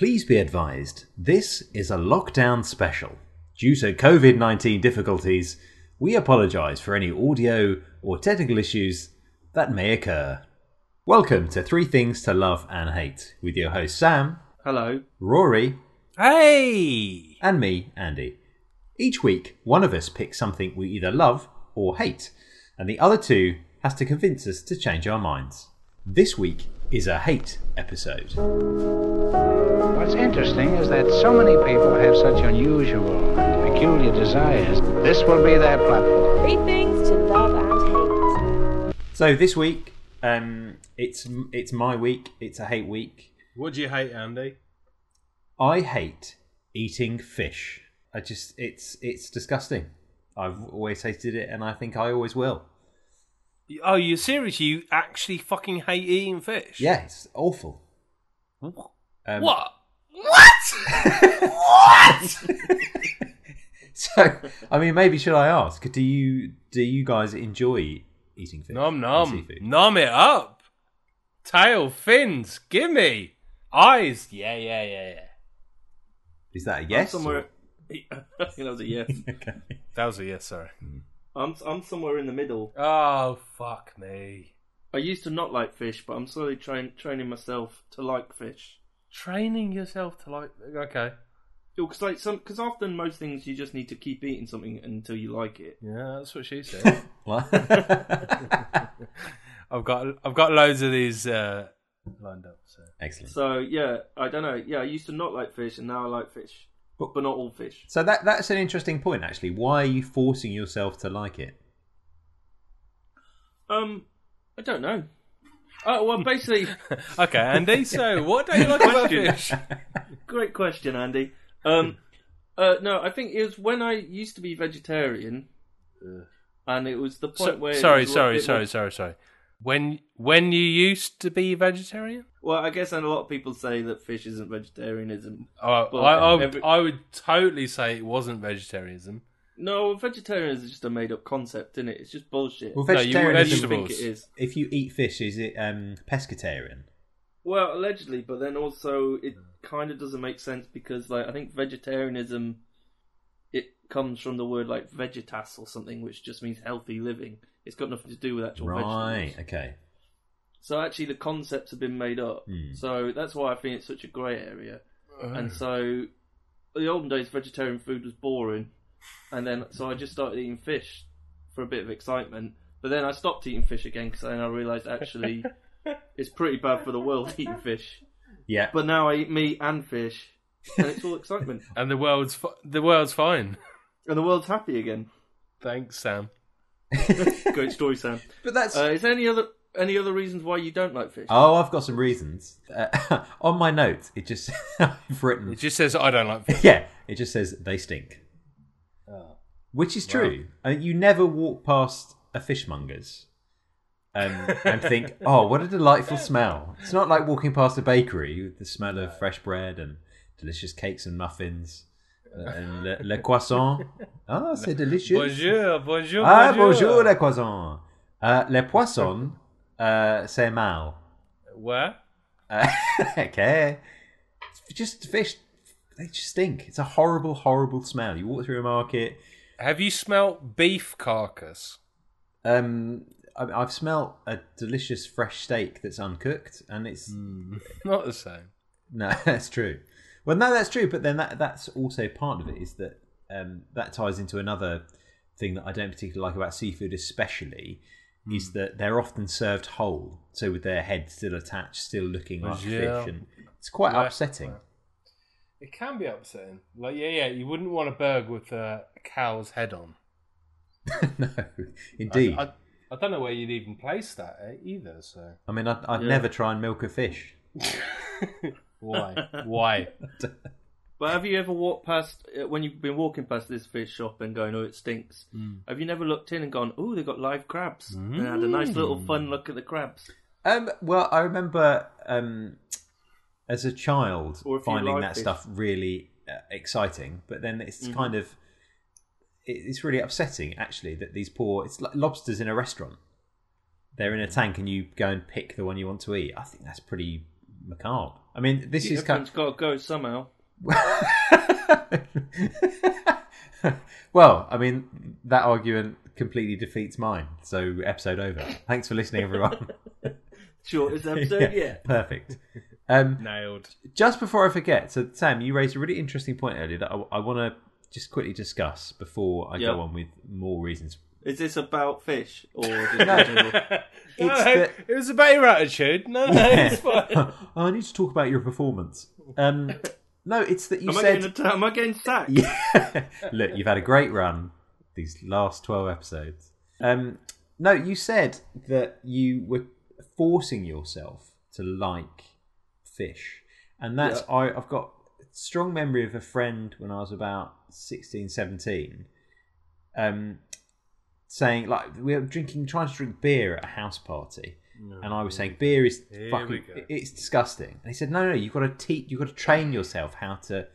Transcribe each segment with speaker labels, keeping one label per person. Speaker 1: Please be advised this is a lockdown special. Due to COVID 19 difficulties, we apologise for any audio or technical issues that may occur. Welcome to Three Things to Love and Hate with your host Sam,
Speaker 2: Hello.
Speaker 1: Rory,
Speaker 2: Hey!
Speaker 1: and me, Andy. Each week, one of us picks something we either love or hate, and the other two has to convince us to change our minds. This week is a hate episode.
Speaker 3: What's interesting is that so many people have such unusual and peculiar desires. This will be their platform.
Speaker 4: Three things to love and hate.
Speaker 1: So this week, um, it's it's my week. It's a hate week.
Speaker 2: What do you hate, Andy?
Speaker 1: I hate eating fish. I just it's it's disgusting. I've always hated it, and I think I always will.
Speaker 5: Oh, you're serious? You actually fucking hate eating fish?
Speaker 1: Yeah, it's awful. Um,
Speaker 5: What? What? what?
Speaker 1: So I mean, maybe should I ask? Do you do you guys enjoy eating fish?
Speaker 5: Nom
Speaker 1: and
Speaker 5: nom.
Speaker 1: seafood?
Speaker 5: Nom it up. Tail, fins, gimme. Eyes. Yeah, yeah, yeah, yeah.
Speaker 1: Is that a yes?
Speaker 6: I'm somewhere. I think that was a yes.
Speaker 1: Okay.
Speaker 5: That was a yes, sorry.
Speaker 6: I'm I'm somewhere in the middle.
Speaker 5: Oh, fuck me.
Speaker 6: I used to not like fish, but I'm slowly train, training myself to like fish.
Speaker 5: Training yourself to like. Okay.
Speaker 6: Because like some, because often most things you just need to keep eating something until you like it.
Speaker 5: Yeah, that's what she said.
Speaker 1: What?
Speaker 5: I've got I've got loads of these uh, lined up. So.
Speaker 1: Excellent.
Speaker 6: So yeah, I don't know. Yeah, I used to not like fish, and now I like fish, but, but not all fish.
Speaker 1: So that that's an interesting point, actually. Why are you forcing yourself to like it?
Speaker 6: Um, I don't know. Oh well, basically,
Speaker 5: Okay, Andy. So, what don't you like about fish?
Speaker 6: great question, Andy. Um, uh, no, I think it was when I used to be vegetarian, and it was the point
Speaker 5: So-
Speaker 6: where it
Speaker 5: sorry,
Speaker 6: was a little
Speaker 5: sorry,
Speaker 6: bit
Speaker 5: sorry,
Speaker 6: more-
Speaker 5: sorry, sorry. When when you used to be vegetarian?
Speaker 6: Well, I guess and a lot of people say that fish isn't vegetarianism.
Speaker 5: Oh,
Speaker 6: Well,
Speaker 5: I, I, would,
Speaker 6: every-
Speaker 5: I would totally say it wasn't vegetarianism.
Speaker 6: No, vegetarianism is just a made up concept, isn't it? It's just bullshit.
Speaker 1: Well,
Speaker 5: No, you were
Speaker 6: What do you
Speaker 1: vegetarianism.
Speaker 5: vegetable.
Speaker 6: think it is?
Speaker 1: if you eat fish, is it um, pescatarian?
Speaker 6: Well, allegedly, but then also it kind of doesn't make sense because, like, I think vegetarianism it comes from the word like vegetas or something, which just means healthy living. It's got nothing to do with actual
Speaker 1: Right.
Speaker 6: vegetables.
Speaker 1: Okay.
Speaker 6: So actually, the concepts have been made up. So that's why I think it's such a grey area. And so, the olden days, vegetarian food was boring, and then so I just started eating fish for a bit of excitement. But then I stopped eating fish again because then I realised actually it's pretty bad for the world eating fish.
Speaker 1: Yeah.
Speaker 6: But now I eat meat and fish, and it's all excitement,
Speaker 5: And the world's fi- the world's fine.
Speaker 6: and the world's happy again.
Speaker 5: Thanks, Sam.
Speaker 6: Great story, Sam.
Speaker 1: But that's.
Speaker 6: Uh, is there any other any other reasons why you don't like fish?
Speaker 1: oh, I've got some reasons. Uh, on my notes, it just I've written.
Speaker 5: It just says I don't like fish.
Speaker 1: yeah, it just says they stink. Which is true. Uh, you never walk past a fishmonger's um, and think, "Oh, what a delightful smell!" It's not like walking past a bakery with the smell of fresh bread and delicious cakes and muffins uh, and le, le croissant. Ah, c'est delicious.
Speaker 5: Bonjour, bonjour,
Speaker 1: Ah, bonjour, le croissant. Uh, le poisson, uh, c'est mal.
Speaker 5: Where?
Speaker 1: Uh, okay. It's Just fish, they just stink. It's a horrible, horrible smell. You walk through a market.
Speaker 5: Have you smelt beef carcass?
Speaker 1: Um, I, I've smelt a delicious fresh steak that's uncooked, and it's
Speaker 5: Mm. Not the same.
Speaker 1: no, that's true. Well, no, that's true. But then that that's also part of it is that um, that ties into another thing that I don't particularly like about seafood, especially.
Speaker 5: Mm.
Speaker 1: Is that they're often served whole, so with their head still attached, still looking like
Speaker 5: Yeah.
Speaker 1: fish, and it's quite
Speaker 5: Yeah.
Speaker 1: upsetting.
Speaker 5: It can be upsetting. Like yeah, yeah, you wouldn't want a burg with a cow's head on.
Speaker 1: no, indeed.
Speaker 5: I, I, I don't know where you'd even place that eh, either. So
Speaker 1: I mean, I'd, I'd
Speaker 6: Yeah.
Speaker 1: never try and milk a fish.
Speaker 5: why? why?
Speaker 6: But have you ever walked past uh, when you've been walking past this fish shop and going, "Oh, it stinks"?
Speaker 1: Mm.
Speaker 6: Have you never looked in and gone, "Oh, they've got live crabs," and had a nice little
Speaker 1: Mm.
Speaker 6: fun look at the crabs?
Speaker 1: Um, well, I remember um, as a child
Speaker 6: Or if you
Speaker 1: finding
Speaker 6: like
Speaker 1: that
Speaker 6: fish. Mm-hmm.
Speaker 1: stuff really uh, exciting, but then it's kind of it, it's really upsetting actually that these poor it's like lobsters in
Speaker 6: Mm-hmm.
Speaker 1: a restaurant. They're in a tank, and you go and pick the one you want to eat. I think that's pretty macabre. I mean, this is kind
Speaker 6: Everyone's got to go somehow.
Speaker 1: well, I mean, that argument completely defeats mine. So, episode over. Thanks for listening, everyone.
Speaker 6: Shortest episode yet.
Speaker 1: Perfect. Um,
Speaker 5: Nailed.
Speaker 1: just before I forget, so Sam, you raised a really interesting point earlier that I, I want to just quickly discuss before I
Speaker 6: Yeah.
Speaker 1: go on with more reasons.
Speaker 6: Is this about fish or just in general?
Speaker 1: It's
Speaker 5: No,
Speaker 1: the-
Speaker 5: It was about your attitude. No, no, it's fine.
Speaker 1: I need to talk about your performance. Um, no, it's that you
Speaker 6: Am I
Speaker 1: said.
Speaker 6: getting a am I getting sacked?
Speaker 1: Yeah. Look, you've had a great run these last 12 episodes. Um, no, you said that you were forcing yourself to like fish. And that's, I, I've got a strong memory of a friend when I was about 16, 17, um, saying, like, we were drinking, trying to drink beer at a house party. and I was saying beer is
Speaker 5: Here we
Speaker 1: fucking,
Speaker 5: go.
Speaker 1: it- it's disgusting. And he said, no, no, you've got to teach, you've got to train yourself how to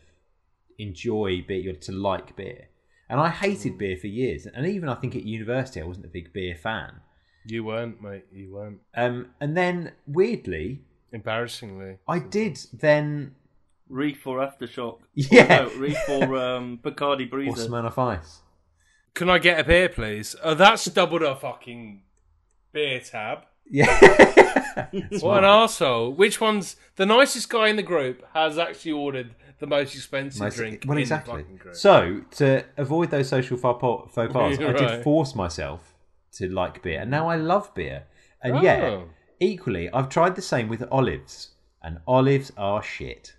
Speaker 1: enjoy beer, you're to like beer. And I
Speaker 5: Mm.
Speaker 1: hated beer for years, and even I think at university I wasn't a big beer fan.
Speaker 5: You weren't, mate. You weren't.
Speaker 1: Um, and then weirdly,
Speaker 5: Embarrassingly.
Speaker 1: I did then,
Speaker 6: Reef or aftershock?
Speaker 1: yeah,
Speaker 6: No, reef or um, Bacardi
Speaker 1: or
Speaker 6: Breezer.
Speaker 1: Smirnoff Ice.
Speaker 5: Can I get a beer, please? Oh, that's doubled our fucking beer tab.
Speaker 1: Yeah,
Speaker 5: What an arsehole. Which one's the nicest guy in the group has actually ordered the most expensive
Speaker 1: Most-
Speaker 5: drink
Speaker 1: well,
Speaker 5: in the
Speaker 1: exactly.
Speaker 5: fucking group?
Speaker 1: So to avoid those social faux pas, faux pas I did
Speaker 5: Right. Mm.
Speaker 1: force myself to like beer, and now I love beer. And yet,
Speaker 5: Oh.
Speaker 1: equally, I've tried the same with olives, and olives are shit.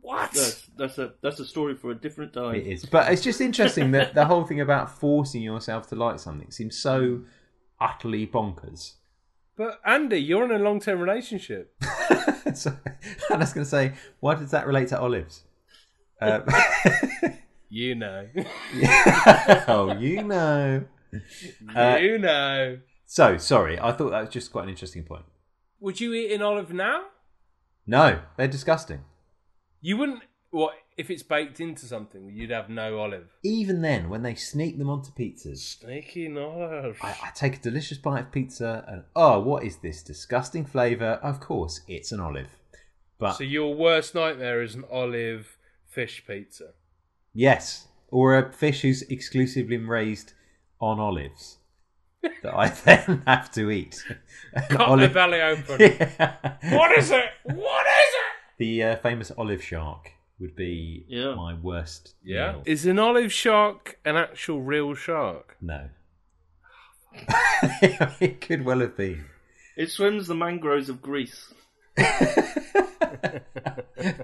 Speaker 5: what?
Speaker 6: That's, that's a that's a story for a different time.
Speaker 1: It is, but it's just interesting that the whole thing about forcing yourself to like something seems so utterly bonkers.
Speaker 5: But Andy, you're in a long term relationship.
Speaker 1: so, and I was going to say, why does that relate to olives? Uh,
Speaker 5: You know.
Speaker 1: oh, you know. Uh,
Speaker 5: you know.
Speaker 1: So sorry, I thought that was just quite an interesting point.
Speaker 5: Would you eat an olive now?
Speaker 1: No, they're disgusting.
Speaker 5: You wouldn't what if it's baked into something, you'd have no olive.
Speaker 1: Even then, when they sneak them onto pizzas,
Speaker 5: Sneaky olive.
Speaker 1: I, I take a delicious bite of pizza and oh, what is this disgusting flavour? Of course, it's an olive. But
Speaker 5: So your worst nightmare is an olive fish pizza.
Speaker 1: yes, or a fish who's exclusively raised on olives that I then have to eat. An
Speaker 5: Cut
Speaker 1: olive-
Speaker 5: my belly open.
Speaker 1: Yeah.
Speaker 5: what is it? What is it?
Speaker 1: The uh, famous olive shark would be
Speaker 6: Yeah.
Speaker 1: my worst.
Speaker 5: Yeah.
Speaker 1: meal.
Speaker 5: Is an olive shark an actual real shark?
Speaker 1: No. it could well have been.
Speaker 6: It swims the mangroves of Greece.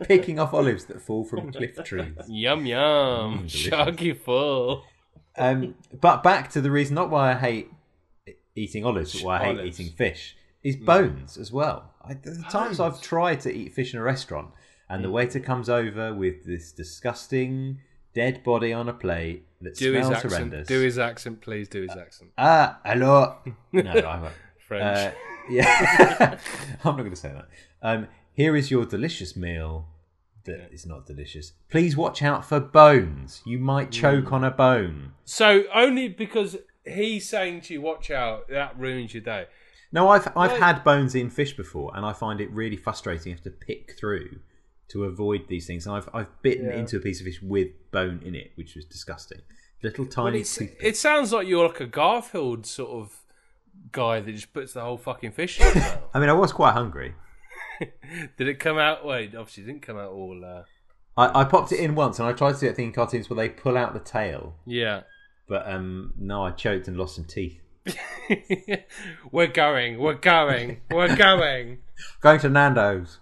Speaker 1: Picking off olives that fall from cliff trees.
Speaker 5: Yum yum.
Speaker 1: Mm, delicious.
Speaker 5: Sharky full.
Speaker 1: Um, but back to the reason, not why I hate eating olives, but why I hate
Speaker 5: Olives. Mm.
Speaker 1: eating fish, is bones as well. I, the times I've tried to eat fish in a restaurant, and
Speaker 5: Mm.
Speaker 1: the waiter comes over with this disgusting dead body on a plate that
Speaker 5: Do his
Speaker 1: smells
Speaker 5: accent.
Speaker 1: horrendous.
Speaker 5: Do his accent, please. Do his accent.
Speaker 1: Ah, hello. No, I won't. Uh,
Speaker 5: French.
Speaker 1: yeah, I'm not going to say that. Um, here is your delicious meal. That is not delicious. Please watch out for bones. You might choke
Speaker 5: Mm.
Speaker 1: on a bone.
Speaker 5: so only because he's saying to you, "Watch out," that ruins your day.
Speaker 1: No, I've I've
Speaker 5: Right.
Speaker 1: had bones in fish before, and I find it really frustrating to have to pick through to avoid these things. And I've I've bitten into a piece of fish with bone in it, which was disgusting. Little
Speaker 5: But
Speaker 1: tiny
Speaker 5: it's,
Speaker 1: tooth.
Speaker 5: it sounds like you're like a Garfield sort of guy that just puts the whole fucking fish in. his mouth.
Speaker 1: I mean, I was quite hungry.
Speaker 5: Did it come out? Wait, obviously it didn't come out all. Uh,
Speaker 1: I, I popped it in once, and I tried to do that thing in cartoons where they pull out the tail,
Speaker 5: yeah.
Speaker 1: but um, no, I choked and lost some teeth.
Speaker 5: we're going. We're going. We're going.
Speaker 1: Going to Nando's.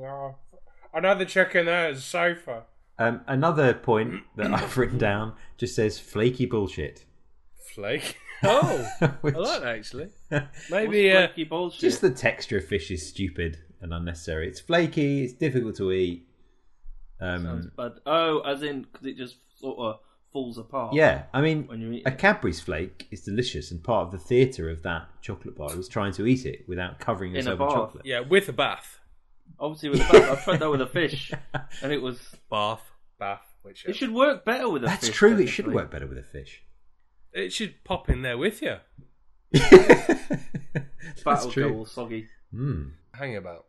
Speaker 5: Oh, another chicken there is sofa.
Speaker 1: Um, another point that I've written down just says flaky bullshit.
Speaker 5: Flake. Oh,
Speaker 1: Which-
Speaker 5: I like that actually.
Speaker 6: What's
Speaker 5: Maybe uh,
Speaker 6: flaky bullshit?
Speaker 1: Just the texture of fish is stupid and unnecessary. It's flaky. It's difficult to eat.
Speaker 6: Sounds
Speaker 1: Um,
Speaker 6: bad. Oh, as in because it just sort of falls apart.
Speaker 1: yeah, I
Speaker 6: When you
Speaker 1: mean,
Speaker 6: eat
Speaker 1: a
Speaker 6: it.
Speaker 1: Cadbury's flake is delicious, and part of the theatre of that chocolate bar was trying to eat it without covering
Speaker 6: In a
Speaker 1: yourself in
Speaker 6: bath.
Speaker 1: chocolate.
Speaker 5: yeah, with a bath.
Speaker 6: Obviously, with a bath, I've tried that with a fish, and it was.
Speaker 5: Bath, bath. Which
Speaker 6: It should work better with a
Speaker 1: That's
Speaker 6: fish.
Speaker 1: true. It should
Speaker 6: technically.
Speaker 1: work better with a fish.
Speaker 5: it should pop in there with you.
Speaker 1: That's
Speaker 6: Battle
Speaker 1: true.
Speaker 6: all soggy.
Speaker 1: Mm.
Speaker 5: Hang about.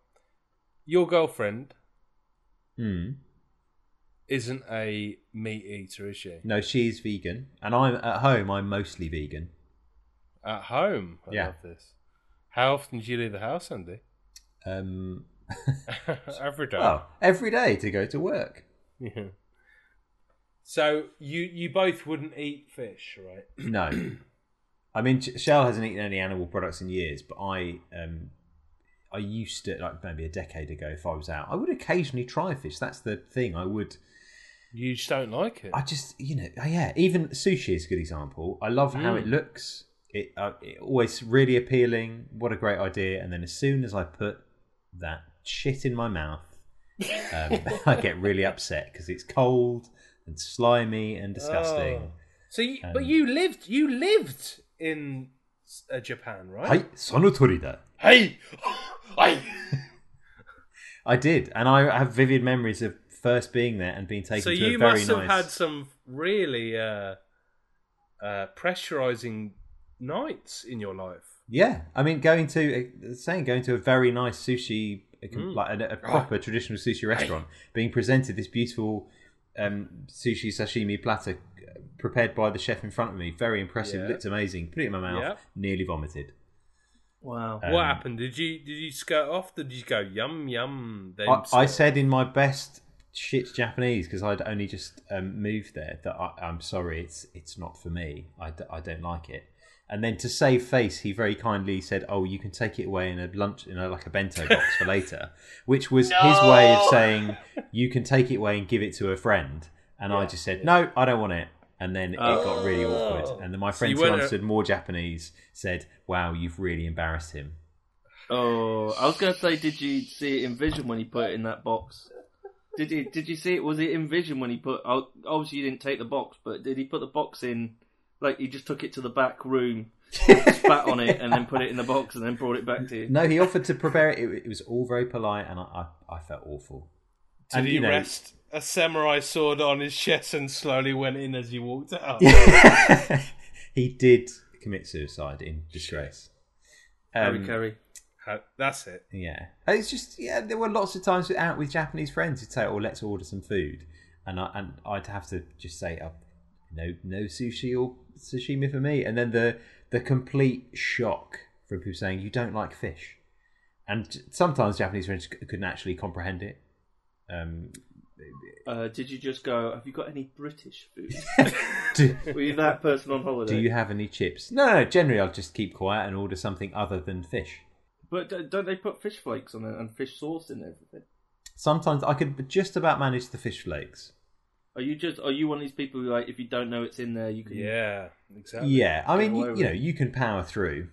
Speaker 5: your girlfriend
Speaker 1: Mm.
Speaker 5: isn't a meat eater, is she?
Speaker 1: No, she's vegan, and I'm at home. I'm mostly vegan.
Speaker 5: At home, I
Speaker 1: Yeah.
Speaker 5: love this. How often do you leave the house, Andy?
Speaker 1: Um,
Speaker 5: Every day.
Speaker 1: well, every day to go to work.
Speaker 5: Yeah. So you you both wouldn't eat fish, right?
Speaker 1: No, I mean Sh- Shell hasn't eaten any animal products in years, but I um, I used to like maybe a decade ago. If I was out, I would occasionally try fish. That's the thing. I would.
Speaker 5: You just don't like it.
Speaker 1: I just you know oh, yeah. Even sushi is a good example. I love how
Speaker 5: Mm.
Speaker 1: it looks. It uh, it always really appealing. What a great idea! And then as soon as I put that shit in my mouth, um, I get really upset because it's cold and slimy and disgusting.
Speaker 5: Oh. So, you,
Speaker 1: Um,
Speaker 5: but you lived you lived in uh, Japan,
Speaker 1: Hi,
Speaker 5: right?
Speaker 1: sonotorida.
Speaker 5: Hey, hey.
Speaker 1: I did, and I have vivid memories of first being there and being taken
Speaker 5: so
Speaker 1: to
Speaker 5: you
Speaker 1: a very
Speaker 5: must have
Speaker 1: nice.
Speaker 5: had some really uh, uh, pressurizing nights in your life.
Speaker 1: Yeah, I mean, going to uh, saying going to a very nice sushi, a com-
Speaker 5: Mm.
Speaker 1: like a, a proper traditional sushi restaurant, being presented this beautiful um, sushi sashimi platter uh, prepared by the chef in front of me. Very impressive,
Speaker 5: Yeah.
Speaker 1: looked amazing. Put it in my mouth,
Speaker 5: Yeah.
Speaker 1: nearly vomited.
Speaker 6: Wow.
Speaker 1: Um,
Speaker 5: what happened? Did you did you skirt off? Did you go yum yum? Then
Speaker 1: I, I
Speaker 5: skirt?
Speaker 1: said in my best shit Japanese because I'd only just um, moved there that I, I'm sorry, it's it's not for me. I, d- I don't like it. And then to save face, he very kindly said, "Oh, you can take it away in a lunch, in a, like a bento box for later," which was his way of saying you can take it away and give it to a friend. And I just said, "No, I don't want it." And then it got really awkward. And then my friend who
Speaker 5: Oh. weren't a-
Speaker 1: understood more Japanese said, "Wow, you've really embarrassed him."
Speaker 6: Oh, I was gonna say, did you see it in vision when he put it in that box? Did you did you see it? Was it in vision when he put? oh, Obviously, you didn't take the box, but did he put the box in? Like he just took it to the back room, spat on it, and then put it in the box, and then brought it back to you.
Speaker 1: No, he offered to prepare it. It, it was all very polite, and I, I, I felt awful.
Speaker 5: Did
Speaker 1: and,
Speaker 5: he
Speaker 1: you know-
Speaker 5: rest a samurai sword on his chest and slowly went in as you walked out?
Speaker 1: he did commit suicide in disgrace.
Speaker 6: Harry
Speaker 1: Um,
Speaker 6: Curry.
Speaker 5: How- That's it.
Speaker 1: yeah, And it's just yeah. There were lots of times out with Japanese friends who'd say, "Oh, let's order some food," and I and I'd have to just say, oh, "No, no sushi or sashimi for me." And then the the complete shock from people saying, "You don't like fish," and j- sometimes Japanese friends c- couldn't actually comprehend it. Um,
Speaker 6: Uh, did you just go? Have you got any British food?
Speaker 1: do-
Speaker 6: Were you that person on holiday?
Speaker 1: Do you have any chips? No, no. Generally, I'll just keep quiet and order something other than fish.
Speaker 6: But d- don't they put fish flakes on it and fish sauce in everything?
Speaker 1: Sometimes I could just about manage the fish flakes.
Speaker 6: Are you just are you one of these people who like if you don't know it's in there you can?
Speaker 5: Yeah, exactly.
Speaker 1: Mm. yeah, I mean,
Speaker 6: Go
Speaker 1: you,
Speaker 6: over
Speaker 1: you know,
Speaker 6: it.
Speaker 1: you can power through,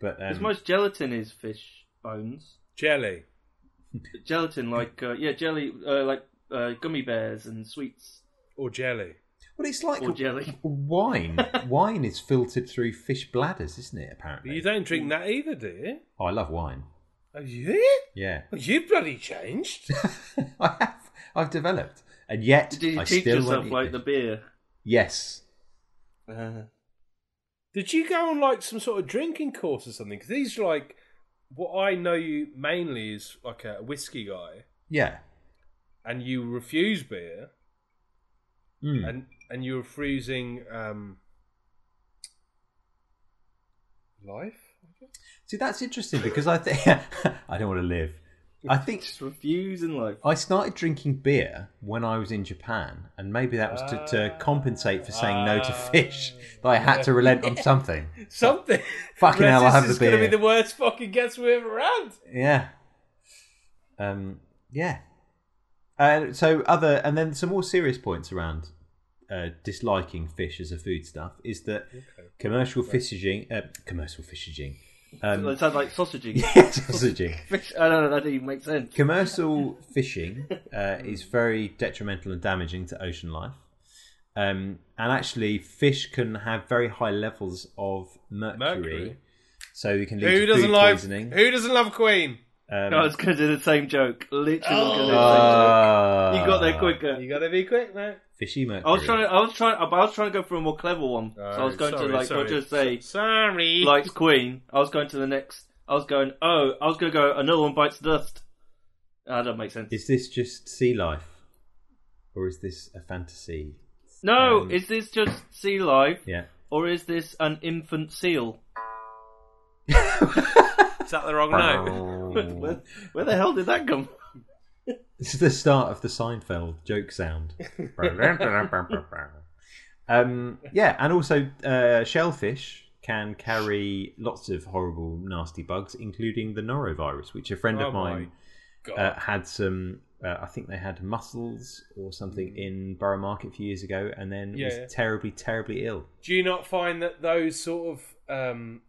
Speaker 1: but
Speaker 6: Because
Speaker 1: um,
Speaker 6: most gelatin is fish bones.
Speaker 5: Jelly.
Speaker 6: gelatin like uh, yeah jelly uh, like uh, gummy bears and sweets
Speaker 5: Or jelly.
Speaker 1: well, it's like
Speaker 6: or jelly
Speaker 1: wine. wine is filtered through fish bladders, isn't it? Apparently,
Speaker 5: You don't
Speaker 1: Mm.
Speaker 5: drink that either, do you?
Speaker 1: oh, I love wine.
Speaker 5: Are you?
Speaker 1: Yeah,
Speaker 5: Well, you bloody changed.
Speaker 1: I have. I've developed, and yet
Speaker 6: did you
Speaker 1: I
Speaker 6: teach
Speaker 1: still
Speaker 6: yourself
Speaker 1: won't eat
Speaker 6: like
Speaker 1: fish.
Speaker 6: the beer
Speaker 1: Yes,
Speaker 5: Did you go on like some sort of drinking course or something? Because these are like what I know you mainly is like a whiskey guy,
Speaker 1: yeah.
Speaker 5: and you refuse beer,
Speaker 1: Mm.
Speaker 5: and and you're refusing um, life.
Speaker 1: See, that's interesting because I think I don't want to live. I think
Speaker 6: just refuse in life
Speaker 1: I started drinking beer when I was in Japan, and maybe that was to, to compensate for saying no to fish. That I had to relent on something.
Speaker 5: Something.
Speaker 1: Fucking hell, I'll have
Speaker 5: This
Speaker 1: the
Speaker 5: is going
Speaker 1: beer.
Speaker 5: to be the worst fucking guess we ever had.
Speaker 1: Yeah. Um. Yeah. Uh, so other, and then some more serious points around uh, disliking fish as a foodstuff is that commercial fishing, uh, commercial fishing, um,
Speaker 6: it sounds like sausaging
Speaker 1: sausaging.
Speaker 6: fish I don't know that didn't even make sense
Speaker 1: commercial fishing uh, is very detrimental and damaging to ocean life. Um, and actually, fish can have very high levels of mercury,
Speaker 5: Mercury.
Speaker 1: so you can lead to food
Speaker 5: Who doesn't love?
Speaker 1: poisoning.
Speaker 5: Who doesn't love Queen?
Speaker 1: Um,
Speaker 6: I was going to do the same joke literally was going to do the
Speaker 1: ah,
Speaker 6: same joke you got there quicker
Speaker 5: You gotta be quick, man.
Speaker 1: Fishy mercury.
Speaker 6: I was trying to, I was trying I was trying to go for a more clever one so I was going to like not just say
Speaker 5: sorry.
Speaker 6: likes Queen I was going to the next I was going oh I was going to go another one bites the dust That don't make sense.
Speaker 1: Is this just sea life, or is this a fantasy?
Speaker 6: no,
Speaker 1: um,
Speaker 6: is this just sea life,
Speaker 1: Yeah.
Speaker 6: or is this an infant seal?
Speaker 2: Is that the wrong note?
Speaker 6: where, where the hell did that come? from?
Speaker 1: This is the start of the Seinfeld joke sound. um, yeah, and also uh, shellfish can carry lots of horrible, nasty bugs, including the norovirus, which a friend
Speaker 5: Oh
Speaker 1: of
Speaker 5: my
Speaker 1: mine
Speaker 5: God.
Speaker 1: uh, had some. Uh, I think they had mussels or something in Borough Market a few years ago, and then
Speaker 5: Mm. Yeah,
Speaker 1: was
Speaker 5: yeah.
Speaker 1: terribly, terribly ill.
Speaker 5: Do you not find that those sort of um,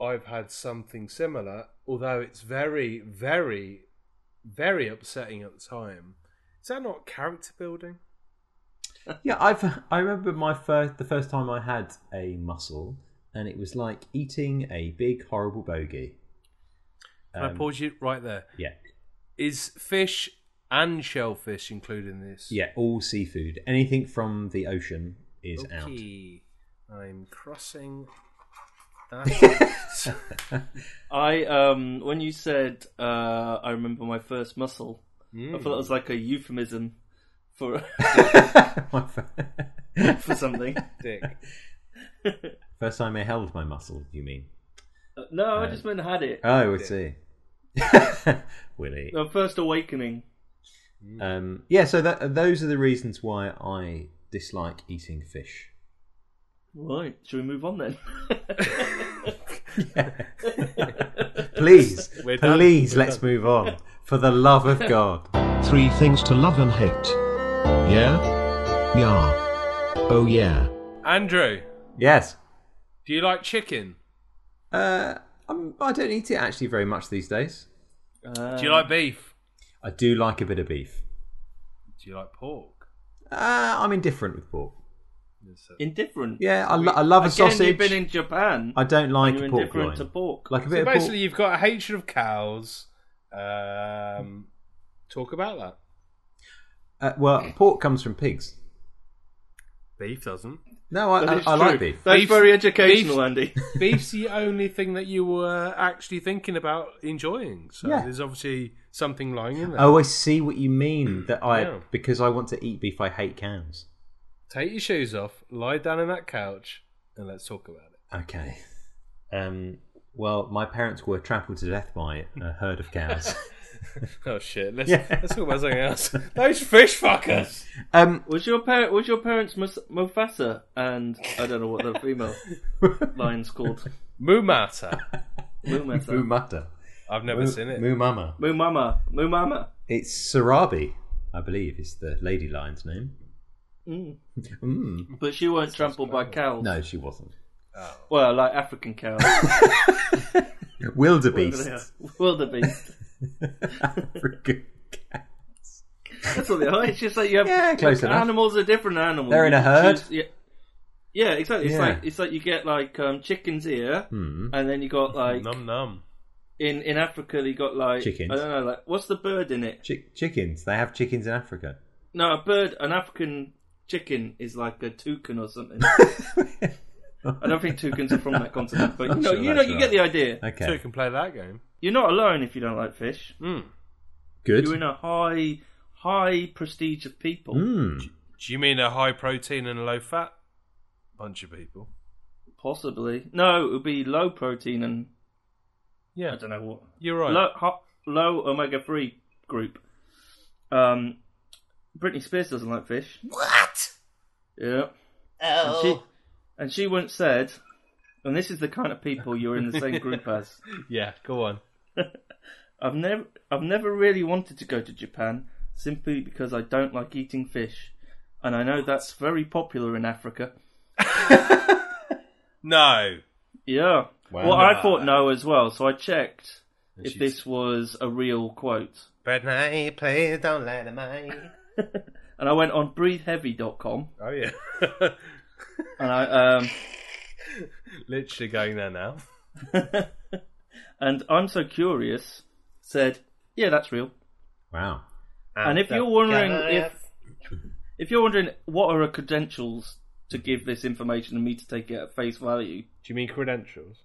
Speaker 5: I've had something similar, although it's very, very, very upsetting at the time. Is that not character building?
Speaker 1: Yeah, I've I remember my first the first time I had a mussel, and it was like eating a big horrible bogey.
Speaker 5: Can
Speaker 1: Um,
Speaker 5: I pause you right there?
Speaker 1: Yeah,
Speaker 5: Is fish and shellfish included in this?
Speaker 1: yeah, all seafood, anything from the ocean is
Speaker 5: Okay. I'm crossing that.
Speaker 6: I um when you said uh I remember my first muscle, I thought it was like a euphemism for
Speaker 1: out. My fir-
Speaker 6: for something.
Speaker 5: dick.
Speaker 1: first time I held my mussel, you mean?
Speaker 6: No, I just meant had it.
Speaker 1: Oh, I see. Willie.
Speaker 6: The first awakening.
Speaker 1: Um, yeah, so that, those are the reasons why I dislike eating fish.
Speaker 6: Right, should we move on then?
Speaker 1: Please,
Speaker 5: We're done.
Speaker 1: please,
Speaker 5: We're
Speaker 1: let's move on. For the love of God.
Speaker 7: Three things to love and hate. Yeah? Yeah. Oh yeah.
Speaker 5: Andrew,
Speaker 1: Yes.
Speaker 5: do you like chicken?
Speaker 1: Uh, I'm, I don't eat it actually very much these days.
Speaker 6: Uh,
Speaker 5: Do you like beef?
Speaker 1: I do like a bit of beef.
Speaker 5: Do you like pork?
Speaker 1: Uh, I'm indifferent with pork.
Speaker 6: indifferent?
Speaker 1: Yeah, I, lo- I love a
Speaker 6: Again,
Speaker 1: sausage.
Speaker 6: you've been in Japan.
Speaker 1: I don't like
Speaker 6: you're
Speaker 1: a pork
Speaker 6: indifferent
Speaker 1: loin.
Speaker 6: to pork.
Speaker 1: Like a bit
Speaker 5: So
Speaker 1: of pork.
Speaker 5: basically, you've got a hatred of cows. Um, talk about
Speaker 1: Uh,
Speaker 5: that.
Speaker 1: well, pork comes from pigs.
Speaker 5: Beef doesn't.
Speaker 1: No, I,
Speaker 6: That
Speaker 1: I,
Speaker 6: is
Speaker 1: I like
Speaker 6: true.
Speaker 1: beef.
Speaker 6: That's
Speaker 5: Beef-
Speaker 6: very educational,
Speaker 5: beef-
Speaker 6: Andy.
Speaker 5: Beef's the only thing that you were actually thinking about enjoying. So
Speaker 1: Yeah.
Speaker 5: there's obviously something lying in there.
Speaker 1: Oh, I see what you mean. That I
Speaker 5: Yeah.
Speaker 1: because I want to eat beef, I hate cows.
Speaker 5: Take your shoes off, lie down on that couch, and let's talk about it.
Speaker 1: Okay. Um. Well, my parents were trampled to death by a herd of cows.
Speaker 5: Oh shit! Let's
Speaker 1: Yeah.
Speaker 5: let's talk about something else. Those fish fuckers.
Speaker 1: um.
Speaker 6: Was your parent? Was your parents Mus- Mufasa and I don't know what the female lion's called?
Speaker 5: Mumata.
Speaker 1: Moo
Speaker 6: Mumasa.
Speaker 1: mata.
Speaker 5: I've never seen it.
Speaker 1: Moo mama.
Speaker 6: Mumama. Mumama.
Speaker 1: It's Sarabi, I believe, is the lady lion's name.
Speaker 6: Mm.
Speaker 1: Mm.
Speaker 6: But she weren't trampled by cows.
Speaker 1: No, she wasn't.
Speaker 6: Well, like African cows.
Speaker 1: Wildebeest.
Speaker 6: Wildebeest.
Speaker 1: African cow.
Speaker 6: That's what they are. It's just like you have
Speaker 1: Yeah, close
Speaker 6: like,
Speaker 1: enough.
Speaker 6: animals are different animals.
Speaker 1: They're in a
Speaker 6: You
Speaker 1: herd.
Speaker 6: choose- yeah. Yeah, exactly. It's
Speaker 1: Yeah.
Speaker 6: like it's like you get like um, chickens here,
Speaker 1: Hmm.
Speaker 6: and then you got like
Speaker 5: Num num.
Speaker 6: in in Africa you got like
Speaker 1: Chickens.
Speaker 6: I don't know, like what's the bird in it?
Speaker 1: Chick- chickens. They have chickens in Africa.
Speaker 6: No, a bird, an African chicken is like a toucan or something. I don't think toucans are from that continent, but you know,
Speaker 1: sure
Speaker 6: you, know
Speaker 1: that's
Speaker 6: you
Speaker 1: right.
Speaker 6: get the idea.
Speaker 1: Okay.
Speaker 5: So you can play that game. Hmm.
Speaker 6: You're not alone if you don't like fish.
Speaker 1: Good.
Speaker 6: You're in a high, high prestige of people.
Speaker 1: Hmm.
Speaker 5: Do you mean a high protein and low fat bunch of people?
Speaker 6: Possibly. No, it would be low protein and I
Speaker 5: Yeah,
Speaker 6: don't know what.
Speaker 5: you're right.
Speaker 6: Low, ho- low omega 3 group. Um, Britney Spears doesn't like fish. What? Yeah. Oh. And she, and she once said, and this is the kind of people you're in the same group as.
Speaker 5: yeah, go on.
Speaker 6: I've never, I've never really wanted to go to Japan simply because I don't like eating fish, and I know that's very popular in Africa.
Speaker 5: No.
Speaker 6: Yeah.
Speaker 1: Wow.
Speaker 6: well, I thought no as well, so I checked if
Speaker 5: she's-
Speaker 6: this was a real quote,
Speaker 5: Bradney, please don't let him out.
Speaker 6: and I went on breatheheavy.com,
Speaker 5: Oh yeah.
Speaker 6: and I um,
Speaker 5: Literally going there now.
Speaker 6: and I'm so curious said, yeah, that's real.
Speaker 1: Wow.
Speaker 6: And if you're wondering if if you're wondering what are the credentials to give this information and me to take it at face value,
Speaker 5: Do you mean credentials?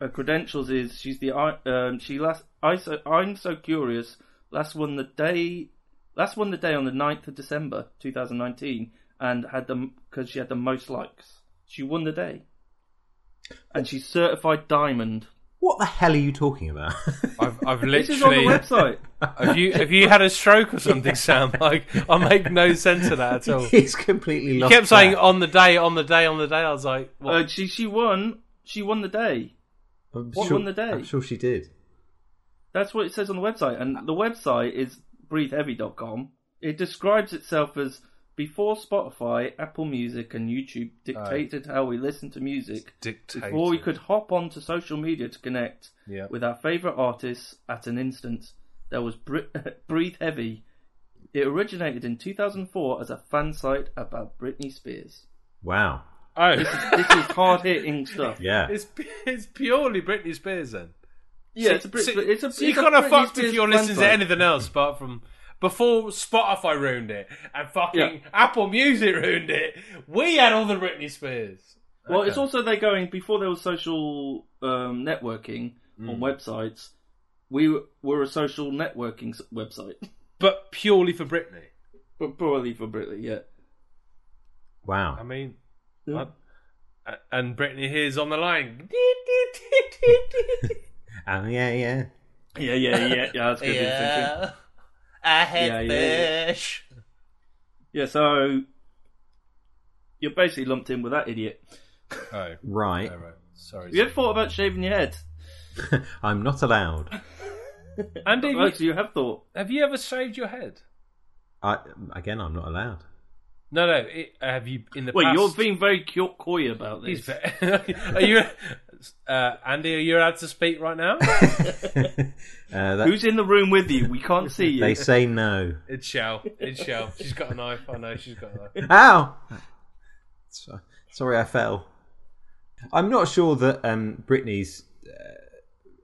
Speaker 6: her credentials is she's the I- um, she last I so I'm so curious That's won the day. That's won the day on the 9th of December 2019, and had the because she had the most likes. She won the day, and she's certified diamond.
Speaker 1: What the hell are you talking about?
Speaker 5: I've, I've
Speaker 6: This is on the
Speaker 5: literally.
Speaker 6: website.
Speaker 5: have you have you had a stroke or something, Sam? Like I make no sense of that at all.
Speaker 1: He's completely
Speaker 5: You
Speaker 1: lost.
Speaker 5: kept saying "Oh,
Speaker 1: track.
Speaker 5: on the day, on the day, on the day. I was like, what?
Speaker 6: Uh, she she won. She won the day.
Speaker 1: I'm
Speaker 6: what
Speaker 1: sure-
Speaker 6: won the day?
Speaker 1: I'm sure she did.
Speaker 6: That's what it says on the website, and the website is breatheheavy.com. It describes itself as before Spotify, Apple Music, and YouTube dictated how we listen to music.
Speaker 5: Dictated.
Speaker 6: Before we could hop onto social media to connect
Speaker 5: Yeah.
Speaker 6: with our favorite artists at an instant, there was Br- Breathe Heavy. It originated in 2004 as a fan site about Britney Spears.
Speaker 1: Wow.
Speaker 5: oh,
Speaker 6: This is hard hitting stuff.
Speaker 1: Yeah.
Speaker 5: it's it's purely Britney Spears then.
Speaker 6: Yeah, it's a Brit-
Speaker 5: so,
Speaker 6: it's a.
Speaker 5: so you
Speaker 6: it's a
Speaker 5: kind of
Speaker 6: Britney
Speaker 5: fucked if
Speaker 6: Spears
Speaker 5: you're
Speaker 6: fan
Speaker 5: listening to
Speaker 6: site.
Speaker 5: anything else apart from before Spotify ruined it and fucking
Speaker 6: Yeah.
Speaker 5: Apple Music ruined it. We had all the Britney Spears.
Speaker 6: Well,
Speaker 5: Okay.
Speaker 6: it's also they're going before there was social um, networking on websites. We w- were a social networking s- website,
Speaker 5: but purely for Britney.
Speaker 6: but probably for Britney, yeah.
Speaker 5: I
Speaker 1: Wow.
Speaker 5: mean,
Speaker 6: Yeah.
Speaker 5: a- and Britney here's on the line.
Speaker 1: Um, yeah, yeah.
Speaker 6: Yeah, yeah, yeah, yeah. That's good. Yeah,
Speaker 5: I
Speaker 6: Yeah, yeah.
Speaker 5: fish.
Speaker 6: yeah. So you're basically lumped in with that idiot.
Speaker 5: Oh,
Speaker 1: Right.
Speaker 5: all right. Sorry.
Speaker 6: Have you ever thought about shaving your head?
Speaker 1: I'm not allowed.
Speaker 5: Andy,
Speaker 6: Oh,
Speaker 5: have you,
Speaker 6: actually, you have thought.
Speaker 5: have you ever shaved your head?
Speaker 1: I, again, I'm not allowed.
Speaker 5: No, no. It, have you in the
Speaker 6: Well,
Speaker 5: past?
Speaker 6: you're being very cu- coy about
Speaker 5: He's
Speaker 6: this.
Speaker 5: ve- are you, uh, Andy? Are you allowed to speak right now?
Speaker 1: Uh, that,
Speaker 6: Who's in the room with you? We can't see you.
Speaker 1: they say no.
Speaker 5: It's Shell. It's Shell. She's got a knife. I know she's got a knife.
Speaker 1: Ow! So- Sorry, I fell. I'm not sure that um, Britney's uh,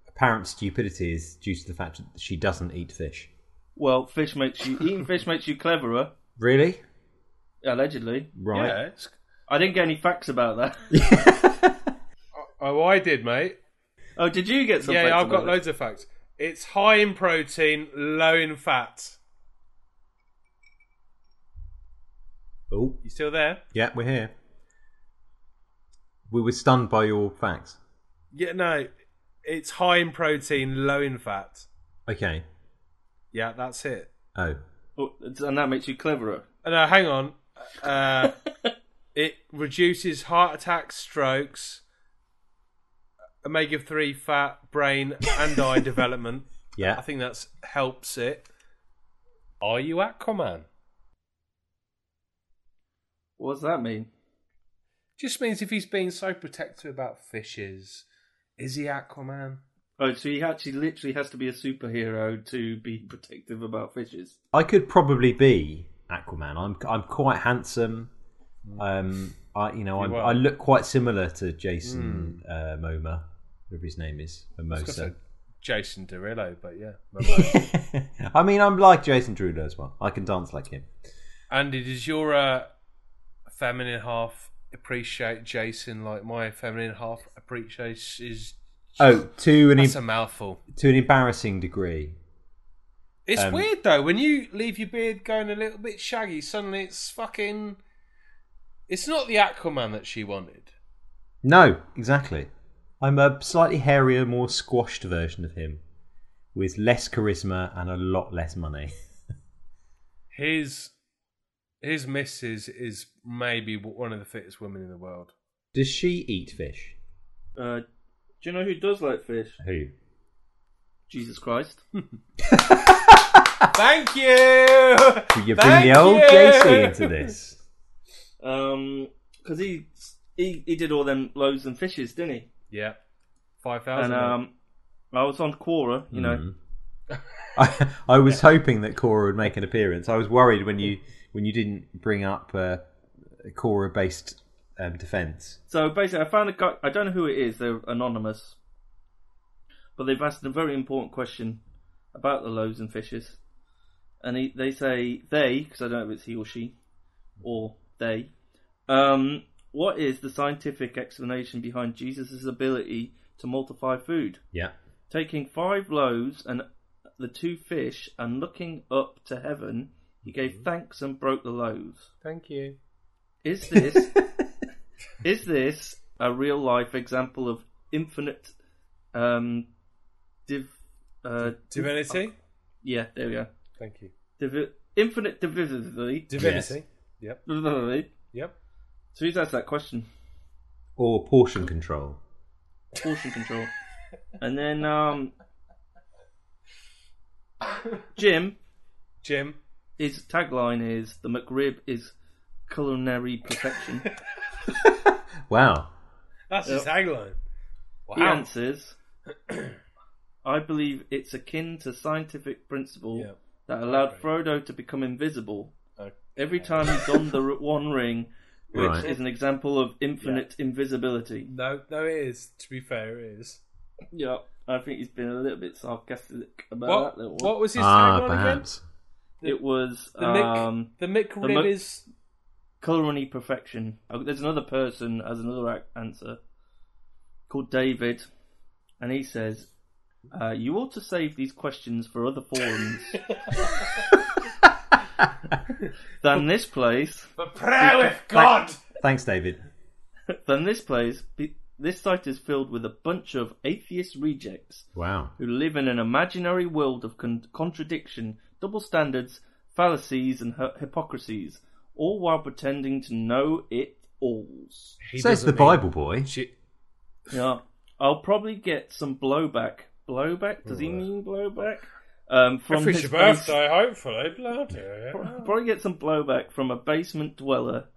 Speaker 1: apparent stupidity is due to the fact that she doesn't eat fish.
Speaker 6: Well, fish makes you eating fish makes you cleverer,
Speaker 1: Really?
Speaker 6: allegedly.
Speaker 1: Right.
Speaker 5: it's-
Speaker 6: I didn't get any facts about that.
Speaker 5: Oh, I did, mate.
Speaker 6: Oh, did you get some?
Speaker 5: yeah,
Speaker 6: facts
Speaker 5: I've got
Speaker 6: about it?
Speaker 5: loads of facts. It's high in protein, low in fat.
Speaker 1: Oh,
Speaker 5: You still there?
Speaker 1: yeah, we're here. We were stunned by your facts.
Speaker 5: Yeah, no. It's high in protein, low in fat.
Speaker 1: Okay.
Speaker 5: Yeah, that's it.
Speaker 1: Oh.
Speaker 6: Oh, and that makes you cleverer.
Speaker 5: Uh, No, hang on. Uh, it reduces heart attacks, strokes, omega three fat, brain, and eye development. I
Speaker 1: Yeah.
Speaker 5: think that's helps it. Are you Aquaman?
Speaker 6: What does that mean?
Speaker 5: Just means if he's being so protective about fishes, is he Aquaman?
Speaker 6: Oh, so he actually literally has to be a superhero to be protective about fishes.
Speaker 1: I could probably be Aquaman. I'm I'm quite handsome. Um, I you know
Speaker 5: Mm. You
Speaker 1: I'm,
Speaker 5: are. Hmm.
Speaker 1: I look quite similar to Jason uh, Momoa, whatever his name is,
Speaker 5: It's
Speaker 1: Mimosa.
Speaker 5: got Jason Derulo, but yeah.
Speaker 1: I mean, I'm like Jason Derulo as well. I can dance like him.
Speaker 5: Andy, does your uh, feminine half appreciate Jason like my feminine half appreciates his?
Speaker 1: Oh, to an
Speaker 5: That's a
Speaker 1: em-
Speaker 5: mouthful.
Speaker 1: to an embarrassing degree.
Speaker 5: It's
Speaker 1: Um,
Speaker 5: weird though when you leave your beard going a little bit shaggy. Suddenly, it's fucking. It's not the Aquaman that she wanted.
Speaker 1: No, exactly. I'm a slightly hairier, more squashed version of him, with less charisma and a lot less money.
Speaker 5: His his missus is maybe one of the fittest women in the world.
Speaker 1: Does she eat fish?
Speaker 6: Uh, do you know who does like fish?
Speaker 1: Who?
Speaker 6: Jesus Christ.
Speaker 5: Thank you.
Speaker 1: You bring
Speaker 5: Thank
Speaker 1: the old
Speaker 5: you!
Speaker 1: JC into this.
Speaker 6: Um, because he, he he did all them loads and fishes, didn't he?
Speaker 5: Yeah, five thousand.
Speaker 6: And um, I was on Quora, you know.
Speaker 1: I, I was hoping that Cora would make an appearance. I was worried when you when you didn't bring up uh, Cora based um, defense.
Speaker 6: So basically, I found a guy. I don't know who it is. They're anonymous, but they've asked a very important question about the loaves and fishes, and he, they say they because I don't know if it's he or she or they. Um, what is the scientific explanation behind Jesus' ability to multiply food,
Speaker 1: Yeah.
Speaker 6: taking five loaves and the two fish and looking up to heaven, he gave thanks and broke the loaves.
Speaker 5: Thank you.
Speaker 6: Is this is this a real life example of infinite um div uh
Speaker 5: Divinity.
Speaker 6: yeah, there we go.
Speaker 5: Oh, Thank you.
Speaker 6: Divi- infinite divisivity.
Speaker 5: Divinity. Yep.
Speaker 6: So
Speaker 5: Yep.
Speaker 6: who's asked that question?
Speaker 1: Or portion control.
Speaker 6: Portion control. And then um Jim,
Speaker 5: Jim.
Speaker 6: his tagline is the McRib is culinary perfection.
Speaker 1: Wow.
Speaker 5: That's his tagline. Wow.
Speaker 6: He answers, I believe it's akin to scientific principle
Speaker 5: Yeah.
Speaker 6: that allowed Frodo to become invisible.
Speaker 5: Okay.
Speaker 6: Every time he donned the r- One Ring, which
Speaker 1: Right.
Speaker 6: is an example of infinite invisibility.
Speaker 5: No, no, it is. To be fair, it is.
Speaker 6: Yeah, I think he's been a little bit sarcastic about
Speaker 5: What,
Speaker 6: that little one.
Speaker 5: what was his
Speaker 1: Ah,
Speaker 5: tagline again?
Speaker 1: perhaps.
Speaker 6: It was
Speaker 5: The Mick,
Speaker 6: um,
Speaker 5: the Mick
Speaker 6: the
Speaker 5: rib
Speaker 6: Mick-
Speaker 5: is.
Speaker 6: culinary perfection. Oh, There's another person as another ac- answer called David, and he says, uh, "You ought to save these questions for other forums than this place.
Speaker 5: But prayer with God.
Speaker 1: Thanks, David.
Speaker 6: Than this place. Be- this site is filled with a bunch of atheist rejects
Speaker 1: Wow.
Speaker 6: who live in an imaginary world of con- contradiction, double standards, fallacies, and hy- hypocrisies, all while pretending to know it alls."
Speaker 5: He
Speaker 1: Says the
Speaker 5: doesn't mean-
Speaker 1: Bible boy.
Speaker 5: Shit.
Speaker 6: Yeah, I'll probably get some blowback. Blowback? Does he mean blowback? Um, from
Speaker 5: If it's
Speaker 6: his
Speaker 5: your
Speaker 6: base-
Speaker 5: birthday, hopefully, bloody. hell.
Speaker 6: probably get some blowback from a basement dweller,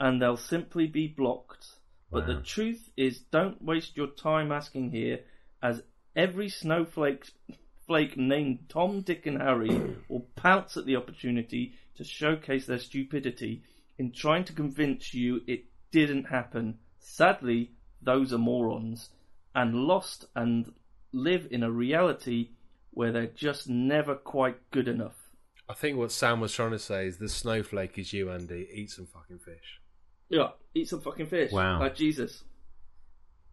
Speaker 6: and they'll simply be blocked. But the truth is, don't waste your time asking here, as every snowflake flake named Tom, Dick, and Harry will pounce at the opportunity to showcase their stupidity in trying to convince you it didn't happen. Sadly, those are morons and lost and live in a reality where they're just never quite good enough.
Speaker 5: I think what Sam was trying to say is the snowflake is you, Andy. Eat some fucking fish.
Speaker 6: Yeah, eat some fucking fish.
Speaker 1: Wow.
Speaker 6: Like Jesus.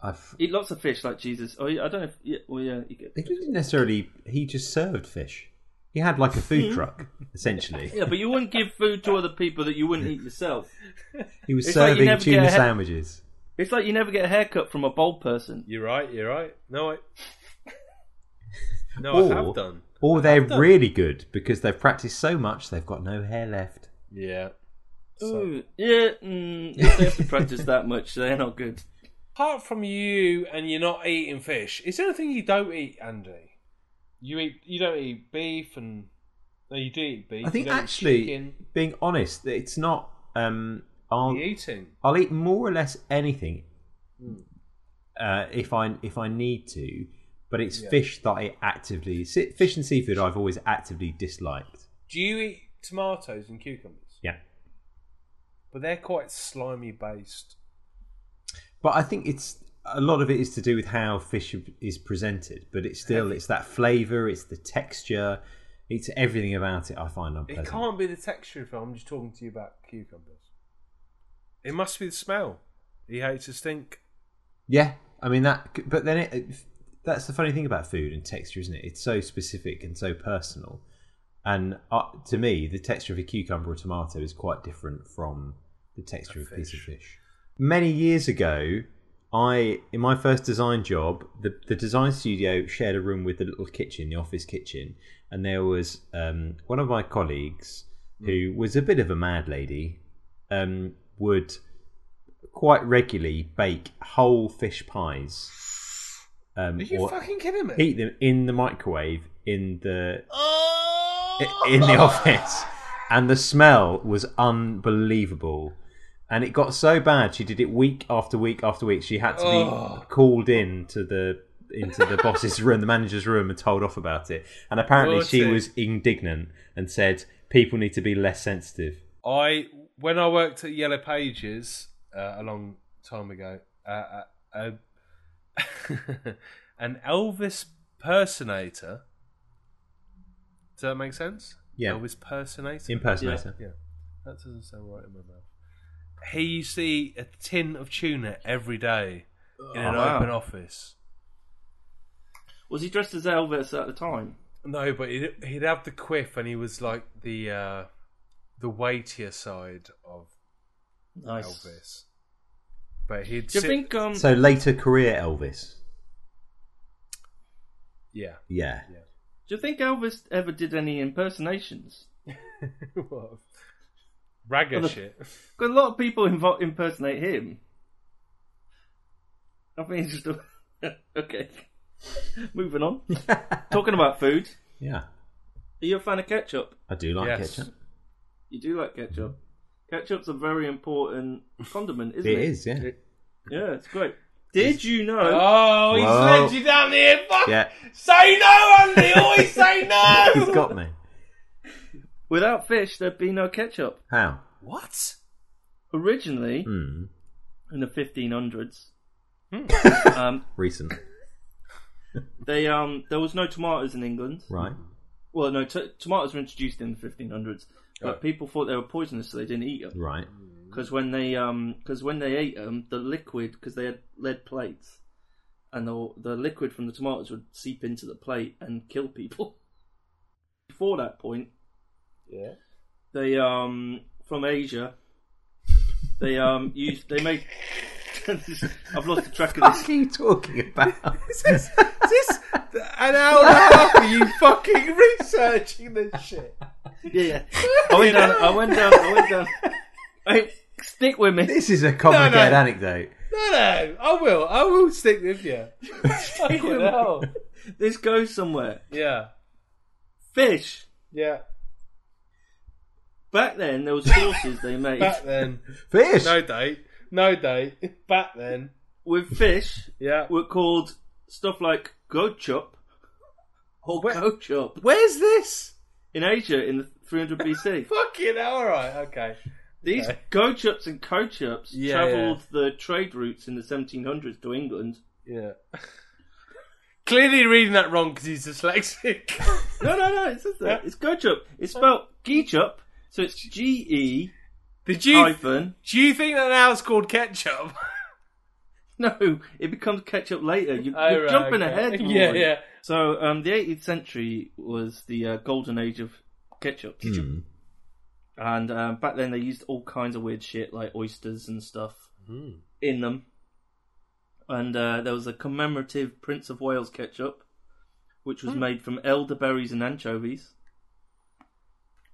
Speaker 1: I've,
Speaker 6: Eat lots of fish like Jesus. Oh, yeah, I don't know if. Yeah, well, yeah, you get.
Speaker 1: he didn't necessarily. He just served fish. He had like a
Speaker 6: Hmm.
Speaker 1: food truck, essentially.
Speaker 6: Yeah, but you wouldn't give food to other people that you wouldn't eat yourself.
Speaker 1: He was
Speaker 6: It's like you
Speaker 1: serving
Speaker 6: never
Speaker 1: tuna
Speaker 6: get a-
Speaker 1: sandwiches.
Speaker 6: It's like you never get a haircut from a bald person.
Speaker 5: You're right. You're right. No, I. No, I
Speaker 1: Or-
Speaker 5: have done.
Speaker 1: Or they're really good because they've practiced so much they've got no hair left.
Speaker 5: Yeah.
Speaker 6: Ooh, yeah, mm, if they have to practice that much, they're not good.
Speaker 5: Apart from you and you're not eating fish, is there anything you don't eat, Andy? You eat. You don't eat beef, and no, you do eat beef.
Speaker 1: I think
Speaker 5: you don't eat
Speaker 1: actually,
Speaker 5: chicken.
Speaker 1: being honest, it's not. Um, I'll
Speaker 5: You're eating.
Speaker 1: I'll eat more or less anything
Speaker 5: Hmm.
Speaker 1: uh, if I if I need to, but it's fish that I actively si- fish and seafood I've always actively disliked.
Speaker 5: Do you eat tomatoes and cucumbers?
Speaker 1: Yeah,
Speaker 5: But they're quite slimy based.
Speaker 1: but I think it's a lot of it is to do with how fish is presented. But it's still it's that flavour, it's the texture, it's everything about it. I find unpleasant.
Speaker 5: It can't be the texture if I'm just talking to you about cucumbers. It must be the smell. He hates the stink.
Speaker 1: Yeah, I mean that, c- but then it. That's the funny thing about food and texture, isn't it? It's so specific and so personal. And uh, to me, the texture of a cucumber or tomato is quite different from the texture
Speaker 5: A
Speaker 1: of a piece of
Speaker 5: fish.
Speaker 1: fish. Many years ago, I in my first design job, the, the design studio shared a room with the little kitchen, the office kitchen, and there was um, one of my colleagues
Speaker 5: Hmm.
Speaker 1: who was a bit of a mad lady. Um, would quite regularly bake whole fish pies. Um,
Speaker 5: Are you
Speaker 1: or
Speaker 5: fucking kidding me?
Speaker 1: eat them in the microwave in the
Speaker 5: Oh!
Speaker 1: i- in the office, and the smell was unbelievable. And it got so bad, she did it week after week after week. She had to be
Speaker 5: Oh.
Speaker 1: called in to the into the boss's room, the manager's room, and told off about it. And apparently, she
Speaker 5: Naughty.
Speaker 1: was indignant and said, "People need to be less sensitive."
Speaker 5: I when I worked at Yellow Pages uh, a long time ago, uh, uh, uh, an Elvis personator. Does that make sense?
Speaker 1: Yeah.
Speaker 5: Elvis personator.
Speaker 1: Impersonator.
Speaker 5: Yeah. That doesn't sound right in my mouth. He used to eat a tin of tuna every day in an
Speaker 6: Oh, wow.
Speaker 5: open office.
Speaker 6: Was he dressed as Elvis at the time?
Speaker 5: No, but he'd, he'd have the quiff, and he was like the uh, the weightier side of
Speaker 6: Nice.
Speaker 5: Elvis. But he'd
Speaker 6: Do you
Speaker 5: sit-
Speaker 6: think um
Speaker 1: So later career Elvis.
Speaker 5: yeah.
Speaker 1: Yeah.
Speaker 6: do you think Elvis ever did any impersonations?
Speaker 5: what? Ragga shit.
Speaker 6: 'Cause a lot of people invo- impersonate him. I think it's just a- okay. Moving on. Talking about food.
Speaker 1: Yeah.
Speaker 6: Are you a fan of ketchup?
Speaker 1: I do like
Speaker 5: Yes.
Speaker 1: ketchup.
Speaker 6: You do like ketchup. Ketchup's a very important condiment, isn't it?
Speaker 1: it is, yeah.
Speaker 6: Yeah, it's great. Did you know?
Speaker 5: Oh, he's
Speaker 1: Whoa.
Speaker 5: led you down here. Fuck.
Speaker 1: Yeah.
Speaker 5: Say no, Andy. Always say no.
Speaker 1: He's got me.
Speaker 6: Without fish, there'd be no ketchup.
Speaker 1: How?
Speaker 5: What?
Speaker 6: Originally,
Speaker 1: Hmm.
Speaker 6: in the 1500s, um,
Speaker 1: Recent.
Speaker 6: they um, there was no tomatoes in England.
Speaker 1: Right.
Speaker 6: Well, no, t- tomatoes were introduced in the 1500s, but
Speaker 5: Oh.
Speaker 6: people thought they were poisonous, so they didn't eat them.
Speaker 1: Right.
Speaker 6: Because when they um, cause when they ate them, the liquid, because they had lead plates, and the the liquid from the tomatoes would seep into the plate and kill people. Before that point,
Speaker 5: Yeah.
Speaker 6: they um from Asia. They um used they made. I've lost the track of
Speaker 1: What
Speaker 6: this.
Speaker 1: are you talking about?
Speaker 5: Is this an hour and a half of you fucking researching this shit?
Speaker 6: Yeah, yeah. I went down. I went down. I went down. Hey, stick with me.
Speaker 1: this is a complicated
Speaker 5: No, no.
Speaker 1: anecdote.
Speaker 5: No, no, I will. I will stick with you.
Speaker 6: Stick with me. This goes somewhere.
Speaker 5: Yeah.
Speaker 6: Fish.
Speaker 5: Yeah.
Speaker 6: Back then, there was sauces they made
Speaker 5: Back then.
Speaker 1: Fish.
Speaker 5: No date. No date. Back then.
Speaker 6: with fish
Speaker 5: Yeah.
Speaker 6: were called stuff like gochup or
Speaker 5: Where-
Speaker 6: gochup
Speaker 5: Where's this?
Speaker 6: in Asia in the 300 BC.
Speaker 5: Fucking all right. Okay.
Speaker 6: These
Speaker 5: Okay.
Speaker 6: gochups and cochups
Speaker 5: Yeah,
Speaker 6: travelled the trade routes in the 1700s to England.
Speaker 5: Yeah. Clearly reading that wrong because he's dyslexic.
Speaker 6: No, no, no, it says that. It's gochup. It's spelled geechup, so it's G E
Speaker 5: Did you
Speaker 6: hyphen.
Speaker 5: do you think that now it's called ketchup?
Speaker 6: No, it becomes ketchup later. You,
Speaker 5: Oh,
Speaker 6: you're
Speaker 5: right,
Speaker 6: jumping
Speaker 5: okay.
Speaker 6: ahead.
Speaker 5: Yeah,
Speaker 6: Roy.
Speaker 5: yeah.
Speaker 6: So um, the 18th century was the uh, golden age of ketchup.
Speaker 1: Hmm.
Speaker 6: And um, back then they used all kinds of weird shit like oysters and stuff in them. And uh, there was a commemorative Prince of Wales ketchup, which was made from elderberries and anchovies.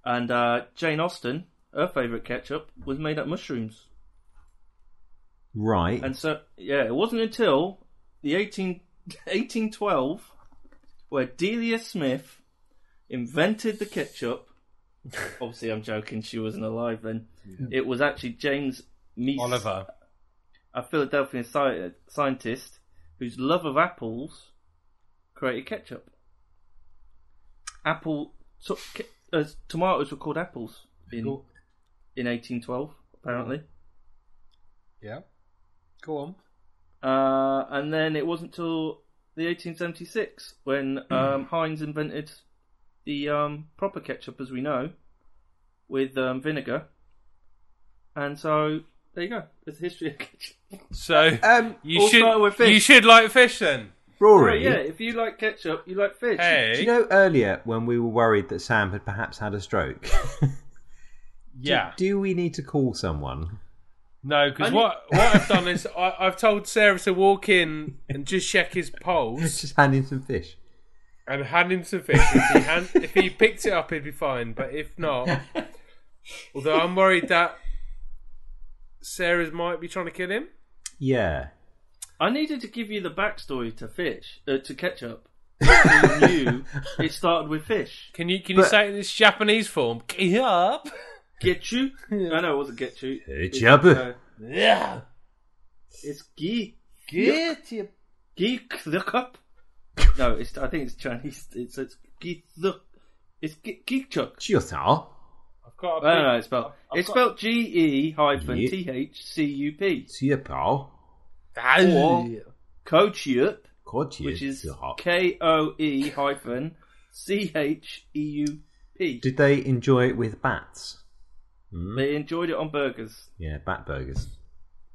Speaker 6: And uh, Jane Austen, her favourite ketchup, was made at mushrooms.
Speaker 1: Right.
Speaker 6: And so, yeah, it wasn't until the 18, 1812 where Delia Smith invented the ketchup. Obviously, I'm joking, she wasn't alive then. It was actually James Meese,
Speaker 5: Oliver.
Speaker 6: a Philadelphia sci- scientist whose love of apples created ketchup. Apple so, ke- uh, tomatoes were called apples in, in 1812, apparently.
Speaker 5: Yeah. Go on.
Speaker 6: Uh, and then it wasn't till the 1876 when
Speaker 5: Hmm.
Speaker 6: um, Heinz invented the um, proper ketchup, as we know, with um, vinegar. And so there you go. There's the history of ketchup.
Speaker 5: So
Speaker 1: Um,
Speaker 5: you Oh,
Speaker 6: all
Speaker 5: should
Speaker 6: started with fish.
Speaker 5: you should like fish then.
Speaker 1: Rory.
Speaker 6: Oh, Yeah, if you like ketchup, you like fish.
Speaker 5: Hey.
Speaker 1: Do you know earlier when we were worried that Sam had perhaps had a stroke?
Speaker 5: yeah.
Speaker 1: Do we need to call someone?
Speaker 5: No, because
Speaker 6: And-
Speaker 5: what what I've done is I, I've told Sarah to walk in and just check his pulse
Speaker 1: Just hand him some fish.
Speaker 5: and hand him some fish. If he, hand, if he picked it up, he'd be fine. But if not, although I'm worried that Sarah's might be trying to kill him.
Speaker 1: Yeah.
Speaker 6: I needed to give you the backstory to fish, uh, to ketchup. So you knew it started with fish.
Speaker 5: Can you can you
Speaker 1: But-
Speaker 5: say it in this Japanese form? Yup.
Speaker 6: Get you? I know it wasn't get you.
Speaker 1: It's yabu.
Speaker 6: Uh,
Speaker 5: Yeah.
Speaker 6: it's gi.
Speaker 5: Get you.
Speaker 6: Geek the cup. No, it's I think it's Chinese. It's it's geek the. It's geek, geek chuck.
Speaker 1: Chiota.
Speaker 5: I've got a
Speaker 6: I
Speaker 5: big,
Speaker 6: don't know. how It's spelled. It's spelled G E hyphen
Speaker 1: Yeah.
Speaker 6: T H C U P
Speaker 1: Chiapa.
Speaker 6: or Kochup,
Speaker 1: Kochi.
Speaker 6: which is
Speaker 1: Chiapa.
Speaker 6: K O E hyphen C H E U P.
Speaker 1: Did they enjoy it with bats? Hmm?
Speaker 6: They enjoyed it on burgers.
Speaker 1: Yeah, bat burgers.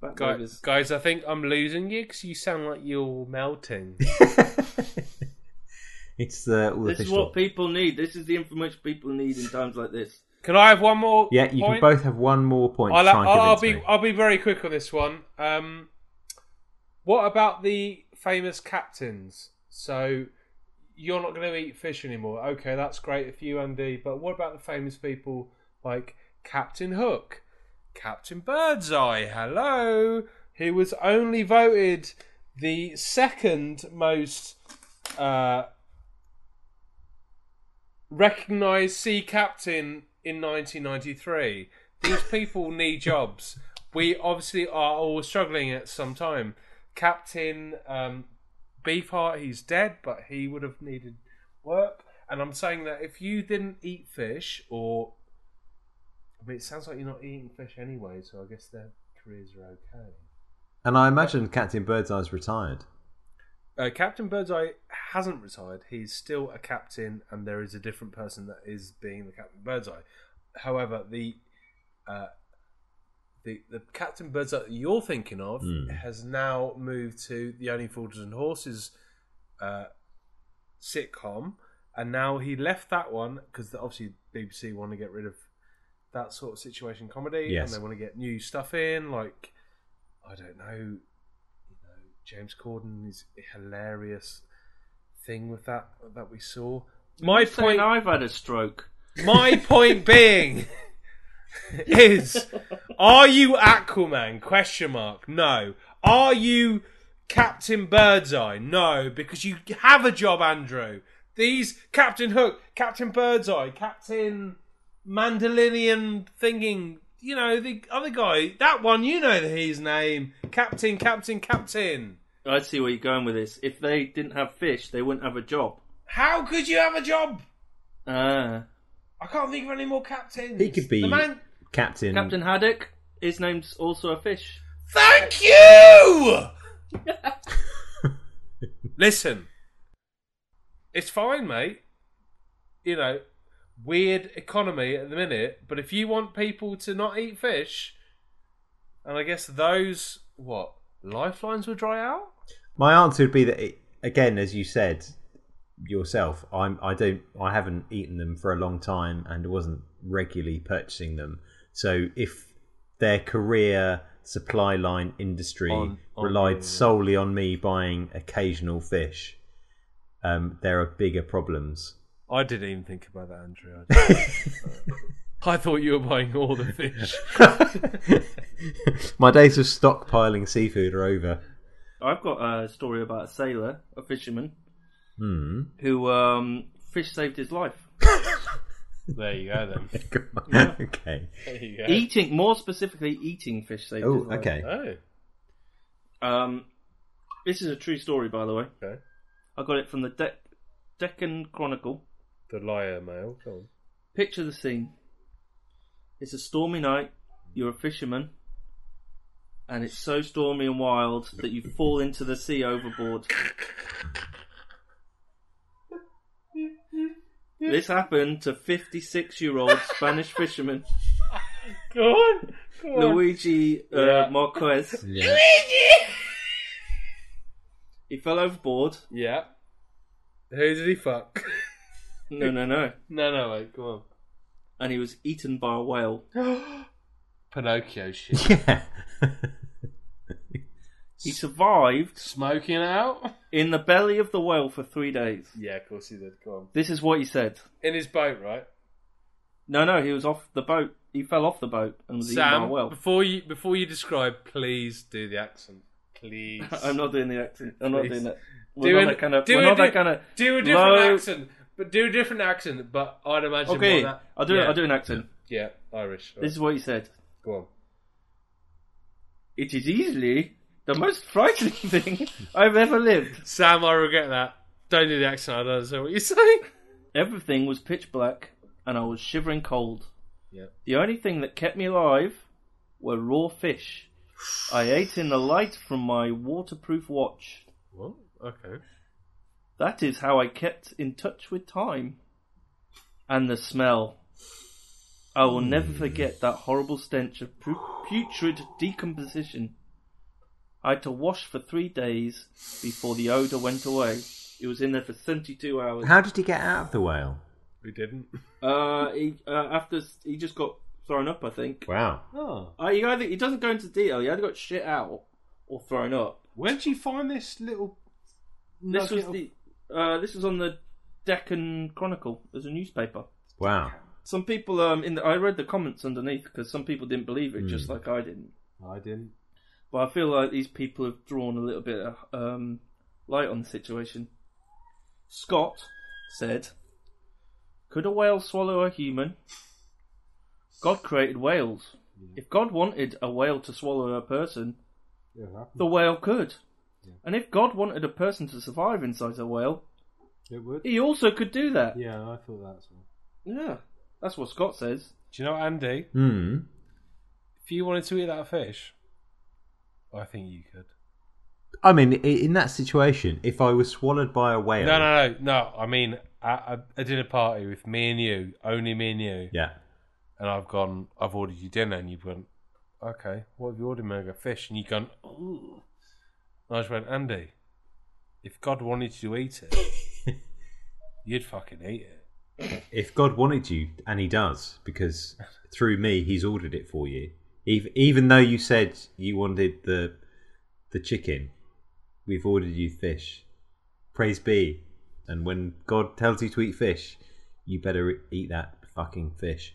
Speaker 6: Back
Speaker 5: guys,
Speaker 6: burgers.
Speaker 5: guys, I think I'm losing you because you sound like you're melting.
Speaker 1: It's uh, all the
Speaker 6: This
Speaker 1: fish
Speaker 6: is what
Speaker 1: talk.
Speaker 6: people need. This is the information people need in times like this.
Speaker 5: Can I have one more?
Speaker 1: Yeah, you
Speaker 5: point?
Speaker 1: can both have one more point. to
Speaker 5: I'll,
Speaker 1: try and
Speaker 5: I'll, I'll
Speaker 1: convince
Speaker 5: be
Speaker 1: me.
Speaker 5: I'll be very quick on this one. Um, what about the famous captains? So you're not going to eat fish anymore. Okay, that's great if you Andy. But what about the famous people like Captain Hook, Captain Birdseye? Hello, who was only voted the second most uh, recognized sea captain in 1993. These people need jobs. We obviously are all struggling at some time. Captain um, Beefheart, he's dead, but he would have needed work. And I'm saying that if you didn't eat fish, or I mean, it sounds like you're not eating fish anyway, so I guess their careers are okay.
Speaker 1: And I imagine Captain Birdseye's retired.
Speaker 5: Uh, captain Birdseye hasn't retired. He's still a captain, and there is a different person that is being the Captain Birdseye. However, the uh, the the Captain Birdseye that you're thinking of has now moved to the Only Fools and Horses uh, sitcom, and now he left that one because obviously BBC want to get rid of that sort of situation comedy,
Speaker 1: Yes.
Speaker 5: and they want to get new stuff in, like I don't know you know, James Corden is hilarious thing with that that we saw. My
Speaker 6: You're saying
Speaker 5: point,
Speaker 6: I've had a stroke.
Speaker 5: my point being is, are you Aquaman? Question mark. No. Are you Captain Birdseye? No, because you have a job, Andrew. These Captain Hook, Captain Birdseye, Captain Mandalorian thinking. You know the other guy, that one. You know his name, Captain, Captain, Captain.
Speaker 6: I see where you're going with this. If they didn't have fish, they wouldn't have a job.
Speaker 5: How could you have a job?
Speaker 1: Mm.
Speaker 6: Ah.
Speaker 5: I can't think of any more captains.
Speaker 1: He could be
Speaker 5: the man.
Speaker 1: Captain.
Speaker 6: Captain Haddock, his name's also a fish.
Speaker 5: Thank you. Listen, it's fine, mate. You know, weird economy at the minute, but if you want people to not eat fish, and I guess those what lifelines will dry out.
Speaker 1: My answer would be that, it, again, as you said yourself, I'm I don't I haven't eaten them for a long time and wasn't regularly purchasing them. So if their career supply line industry
Speaker 5: On- on
Speaker 1: relied
Speaker 5: you.
Speaker 1: solely on me buying occasional fish, um, there are bigger problems.
Speaker 5: I didn't even think about that, Andrew. I, I thought you were buying all the fish.
Speaker 1: My days of stockpiling seafood are over.
Speaker 6: I've got a story about a sailor, a fisherman,
Speaker 1: Hmm.
Speaker 6: who um, fish saved his life.
Speaker 5: there you go, then.
Speaker 1: okay.
Speaker 5: There you go.
Speaker 6: Eating, more specifically, eating fish saved his
Speaker 1: Oh,
Speaker 6: life.
Speaker 1: okay.
Speaker 5: Oh,
Speaker 6: Um, this is a true story, by the way.
Speaker 5: okay.
Speaker 6: I got it from the De- Deccan Chronicle.
Speaker 5: The liar mail. Go on.
Speaker 6: Picture the scene. It's a stormy night. You're a fisherman, and it's so stormy and wild that you fall into the sea overboard. This happened to 56-year-old Spanish fisherman
Speaker 5: Go on.
Speaker 6: Luigi uh,
Speaker 5: Yeah.
Speaker 6: Marquez.
Speaker 1: Yeah.
Speaker 6: He fell overboard.
Speaker 5: Yeah. Who did he fuck?
Speaker 6: No, no, no.
Speaker 5: no, no, wait, go on.
Speaker 6: And he was eaten by a whale.
Speaker 5: Pinocchio shit.
Speaker 1: Yeah.
Speaker 6: He survived
Speaker 5: Smoking out?
Speaker 6: in the belly of the whale for three days.
Speaker 5: Yeah, of course he did. Go on.
Speaker 6: This is what he said.
Speaker 5: In his boat, right?
Speaker 6: No, no, he was off the boat. He fell off the boat and was eaten by a
Speaker 5: Sam,
Speaker 6: whale.
Speaker 5: before you before you describe, please do the accent. Please.
Speaker 6: I'm not doing the accent. I'm not
Speaker 5: Please.
Speaker 6: doing that. We're
Speaker 5: do
Speaker 6: not
Speaker 5: an-
Speaker 6: that kind of.
Speaker 5: do
Speaker 6: We're
Speaker 5: a
Speaker 6: not that
Speaker 5: di-
Speaker 6: kind of.
Speaker 5: Do a different
Speaker 6: low-
Speaker 5: accent. But do a different accent, but I'd imagine
Speaker 6: Okay,
Speaker 5: more that-
Speaker 6: I'll do
Speaker 5: yeah,
Speaker 6: it. I'll do an accent.
Speaker 5: Yeah, Irish.
Speaker 6: This is what he said.
Speaker 5: Go on.
Speaker 6: It is easily the most frightening thing I've ever lived.
Speaker 5: Sam, I regret that. Don't do the accent. I don't understand what you're saying.
Speaker 6: Everything was pitch black, and I was shivering cold.
Speaker 5: Yeah.
Speaker 6: The only thing that kept me alive were raw fish. I ate in the light from my waterproof watch.
Speaker 5: What? Okay.
Speaker 6: That is how I kept in touch with time. And the smell. I will never forget that horrible stench of pu- putrid decomposition. I had to wash for three days before the odour went away. It was in there for 72 hours.
Speaker 1: How did he get out of the whale?
Speaker 5: We didn't.
Speaker 6: Uh, he uh, after s- he just got thrown up, I think.
Speaker 1: Wow.
Speaker 5: Oh.
Speaker 6: Uh, he either he doesn't go into detail. He either got shit out or thrown up.
Speaker 5: Where'd you find this little.
Speaker 6: This
Speaker 5: nugget
Speaker 6: was
Speaker 5: of-
Speaker 6: the uh, this was on the Deccan Chronicle as a newspaper.
Speaker 1: Wow.
Speaker 6: Some people um in the, I read the comments underneath because some people didn't believe it,
Speaker 5: Hmm.
Speaker 6: just like I didn't.
Speaker 5: I didn't.
Speaker 6: But I feel like these people have drawn a little bit of um, light on the situation. Scott said, Could a whale swallow a human? God created whales. If God wanted a whale to swallow a person,
Speaker 5: Yeah, it happened.
Speaker 6: the whale could. And if God wanted a person to survive inside a whale,
Speaker 5: It would.
Speaker 6: he also could do that.
Speaker 5: Yeah, I thought that's all.
Speaker 6: Yeah. That's what Scott says.
Speaker 5: Do you know, Andy?
Speaker 1: Hmm.
Speaker 5: If you wanted to eat that fish, I think you could.
Speaker 1: I mean, i- in that situation, if I was swallowed by a whale.
Speaker 5: No, no, no, no. I mean, at a, a dinner party with me and you, only me and you,
Speaker 1: Yeah.
Speaker 5: and I've gone, I've ordered you dinner, and you've gone, okay, what have you ordered, Mega? Fish, and you've gone, ooh. And I just went, Andy, if God wanted you to eat it, you'd fucking eat it.
Speaker 1: If God wanted you, and He does, because through me, He's ordered it for you. Ev- Even though you said you wanted the the chicken, we've ordered you fish. Praise be. And when God tells you to eat fish, you better eat that fucking fish.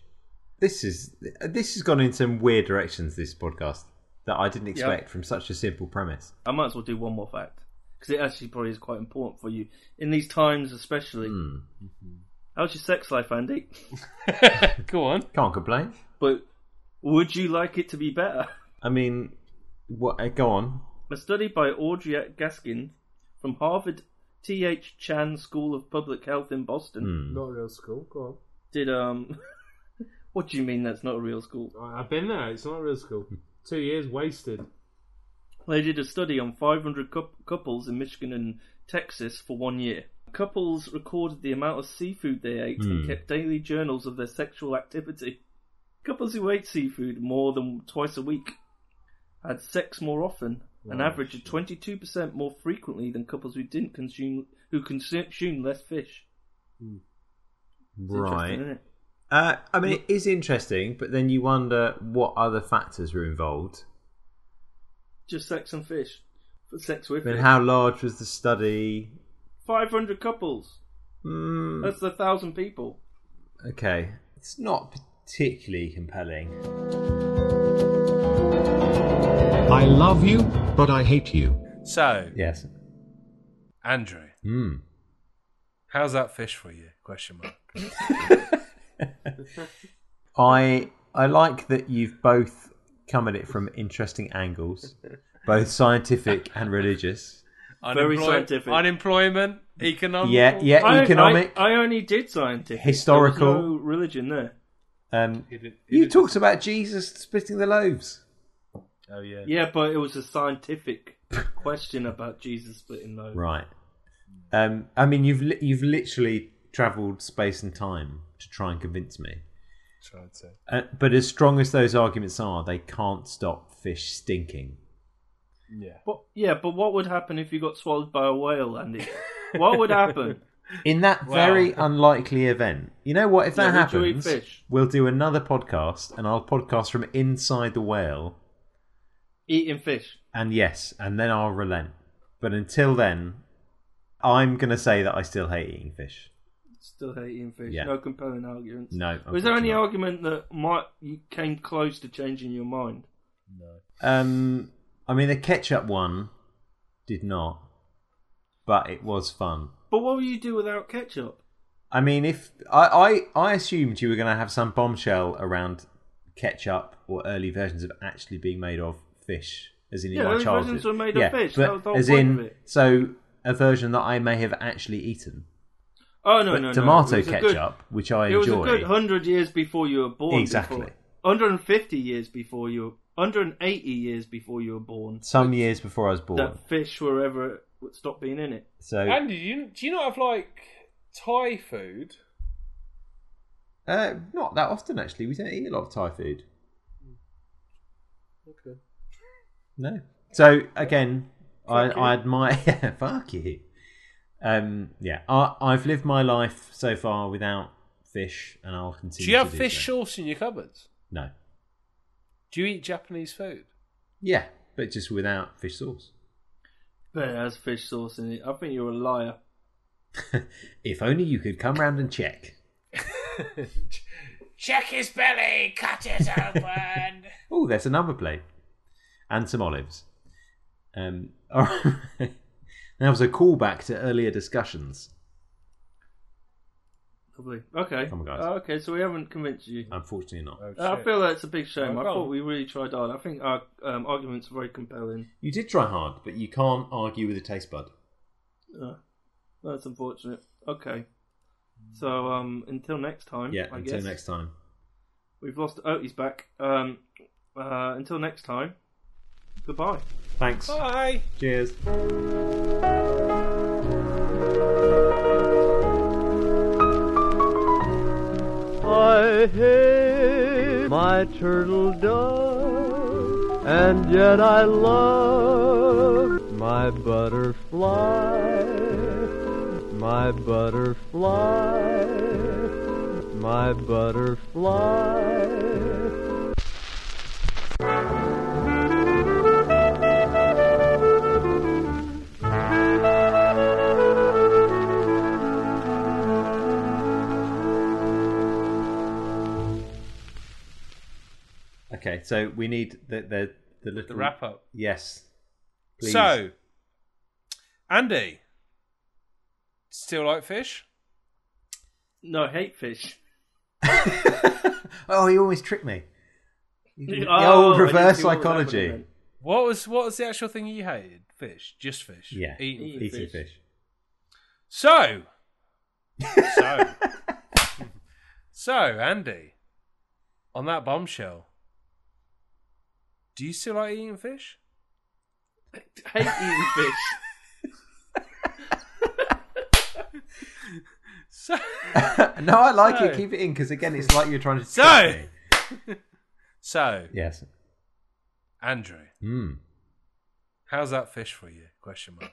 Speaker 1: This is this has gone in some weird directions. This podcast that I didn't expect from such a simple premise.
Speaker 6: I might as well do one more fact because it actually probably is quite important for you in these times, especially. How's your sex life, Andy?
Speaker 5: Go on.
Speaker 1: Can't complain.
Speaker 6: But would you like it to be better?
Speaker 1: I mean, what? uh, Go on.
Speaker 6: A study by Audrey Gaskin from Harvard T. H. Chan School of Public Health in Boston
Speaker 1: Hmm.
Speaker 5: Not real school. Go
Speaker 6: did um. what do you mean that's not a real school?
Speaker 5: on. I've been there. It's not real school. Two years wasted.
Speaker 6: They did a study on 500 coup- couples in Michigan and Texas for one year. Couples recorded the amount of seafood they ate and
Speaker 1: Hmm.
Speaker 6: kept daily journals of their sexual activity. Couples who ate seafood more than twice a week had sex more often, an average of 22% more frequently than couples who didn't consume who consumed less fish. It's
Speaker 1: Right.
Speaker 6: interesting, isn't it?
Speaker 1: Uh, I mean, it is interesting, but then you wonder what other factors were involved.
Speaker 6: Just sex and fish. But sex with
Speaker 1: I mean,
Speaker 6: fish.
Speaker 1: how large was the study?
Speaker 6: 500 couples.
Speaker 1: Mm,
Speaker 6: That's a thousand people.
Speaker 1: okay, it's not particularly compelling.
Speaker 7: I love you, but I hate you.
Speaker 5: So,
Speaker 1: Yes.
Speaker 5: Andrew,
Speaker 1: Mm.
Speaker 5: how's that fish for you? Question mark.
Speaker 1: I I like that you've both come at it from interesting angles, both scientific and religious.
Speaker 6: Very scientific.
Speaker 5: Unemployment, economic.
Speaker 1: Yeah, yeah,
Speaker 6: I-
Speaker 1: economic.
Speaker 6: I, I only did scientific.
Speaker 1: Historical.
Speaker 6: There was no religion there.
Speaker 1: um,
Speaker 5: He did- he
Speaker 1: you
Speaker 5: did-
Speaker 1: talked about Jesus splitting the loaves.
Speaker 5: Oh yeah.
Speaker 6: Yeah, but it was a scientific question about Jesus splitting those.
Speaker 1: Right. Um, I mean, you've li- you've literally travelled space and time to try and convince me.
Speaker 5: Tried to.
Speaker 1: Uh, but as strong as those arguments are, they can't stop fish stinking.
Speaker 5: Yeah.
Speaker 6: But yeah, but what would happen if you got swallowed by a whale, Andy? what would happen?
Speaker 1: In that
Speaker 5: Wow.
Speaker 1: very unlikely event, you know what? If that
Speaker 6: Yeah, would you eat
Speaker 1: happens,
Speaker 6: fish?
Speaker 1: we'll do another podcast, and I'll podcast from inside the whale.
Speaker 6: Eating fish.
Speaker 1: And yes, and then I'll relent. But until then, I'm going to say that I still hate eating fish.
Speaker 6: Still hate eating fish.
Speaker 1: Yeah.
Speaker 6: No compelling arguments.
Speaker 1: No,
Speaker 6: Was there any
Speaker 1: unfortunately.
Speaker 6: argument that might you came close to changing your mind?
Speaker 1: Um, I mean, the ketchup one did not, but it was fun.
Speaker 6: But what would you do without ketchup?
Speaker 1: I mean, if I I, I assumed you were going to have some bombshell around ketchup or early versions of actually being made of fish, as in
Speaker 6: Yeah,
Speaker 1: in my
Speaker 6: early
Speaker 1: childhood.
Speaker 6: versions were made of
Speaker 1: yeah,
Speaker 6: fish,
Speaker 1: but
Speaker 6: that was the whole
Speaker 1: as
Speaker 6: point
Speaker 1: in
Speaker 6: of it.
Speaker 1: so a version that I may have actually eaten.
Speaker 6: Oh no,
Speaker 1: but
Speaker 6: no, no.
Speaker 1: tomato
Speaker 6: It was a good-
Speaker 1: ketchup, which I
Speaker 6: It was
Speaker 1: enjoy.
Speaker 6: a good 100 years before you were born.
Speaker 1: Exactly.
Speaker 6: before- 150 years before you were... 180 years before you were born.
Speaker 1: some years before I was born.
Speaker 6: That fish were ever... Stopped being in it.
Speaker 1: so
Speaker 5: Andy, do you, do you not have like Thai food?
Speaker 1: uh, not that often actually. We don't eat a lot of Thai food.
Speaker 5: Hmm. Okay.
Speaker 1: No. So again, I,
Speaker 5: Fuck you.
Speaker 1: I admire. fuck you. Um, yeah, I, I've lived my life so far without fish, and I'll continue.
Speaker 5: Do you have
Speaker 1: to do
Speaker 5: fish
Speaker 1: so.
Speaker 5: sauce in your cupboards?
Speaker 1: No.
Speaker 5: Do you eat Japanese food?
Speaker 1: Yeah, but just without fish sauce.
Speaker 6: But it has fish sauce in it. I think you're a liar.
Speaker 1: If only you could come round and check.
Speaker 5: Check his belly, cut it open.
Speaker 1: Oh, there's another plate. And some olives. Um, all right. that was a callback to earlier discussions.
Speaker 6: Probably. Okay.
Speaker 1: Come on, guys.
Speaker 6: Oh, okay, so we haven't convinced you.
Speaker 1: Unfortunately, not.
Speaker 6: I feel that's a big shame.
Speaker 5: Oh,
Speaker 6: I
Speaker 5: go
Speaker 6: thought
Speaker 5: on.
Speaker 6: we really tried hard. I think our um, arguments are very compelling.
Speaker 1: You did try hard, but you can't argue with a taste bud.
Speaker 6: Uh, that's unfortunate. Okay. So um, until next time.
Speaker 1: Yeah,
Speaker 6: I
Speaker 1: until
Speaker 6: guess.
Speaker 1: next time.
Speaker 6: We've lost. Oh, he's back. Um, uh, until next time. Goodbye.
Speaker 1: Thanks.
Speaker 5: Bye.
Speaker 1: Cheers.
Speaker 8: I hate my turtle dove, and yet I love my butterfly, my butterfly, my butterfly.
Speaker 1: Okay, so we need the the, the little
Speaker 5: The wrap up.
Speaker 1: Yes. Please.
Speaker 5: So, Andy, still like fish?
Speaker 6: No, hate fish.
Speaker 1: oh, you always trick me. The
Speaker 6: Oh,
Speaker 1: old
Speaker 6: I didn't
Speaker 1: reverse
Speaker 6: see what was
Speaker 1: psychology.
Speaker 6: happening
Speaker 5: What was what was the actual thing you hated? Fish, just fish.
Speaker 1: Yeah.
Speaker 5: Eating
Speaker 6: Eat.
Speaker 5: fish.
Speaker 1: Eating
Speaker 6: fish.
Speaker 1: fish.
Speaker 5: So, so, so, Andy, on that bombshell, do you still like eating fish?
Speaker 6: then. Hate eating fish.
Speaker 5: So,
Speaker 1: no, I like it.
Speaker 5: So-
Speaker 1: Keep it in because again, it's like you're trying to.
Speaker 5: So-
Speaker 1: trap me.
Speaker 5: so
Speaker 1: Yes.
Speaker 5: Andrew,
Speaker 1: Hmm.
Speaker 5: how's that fish for you? Question mark.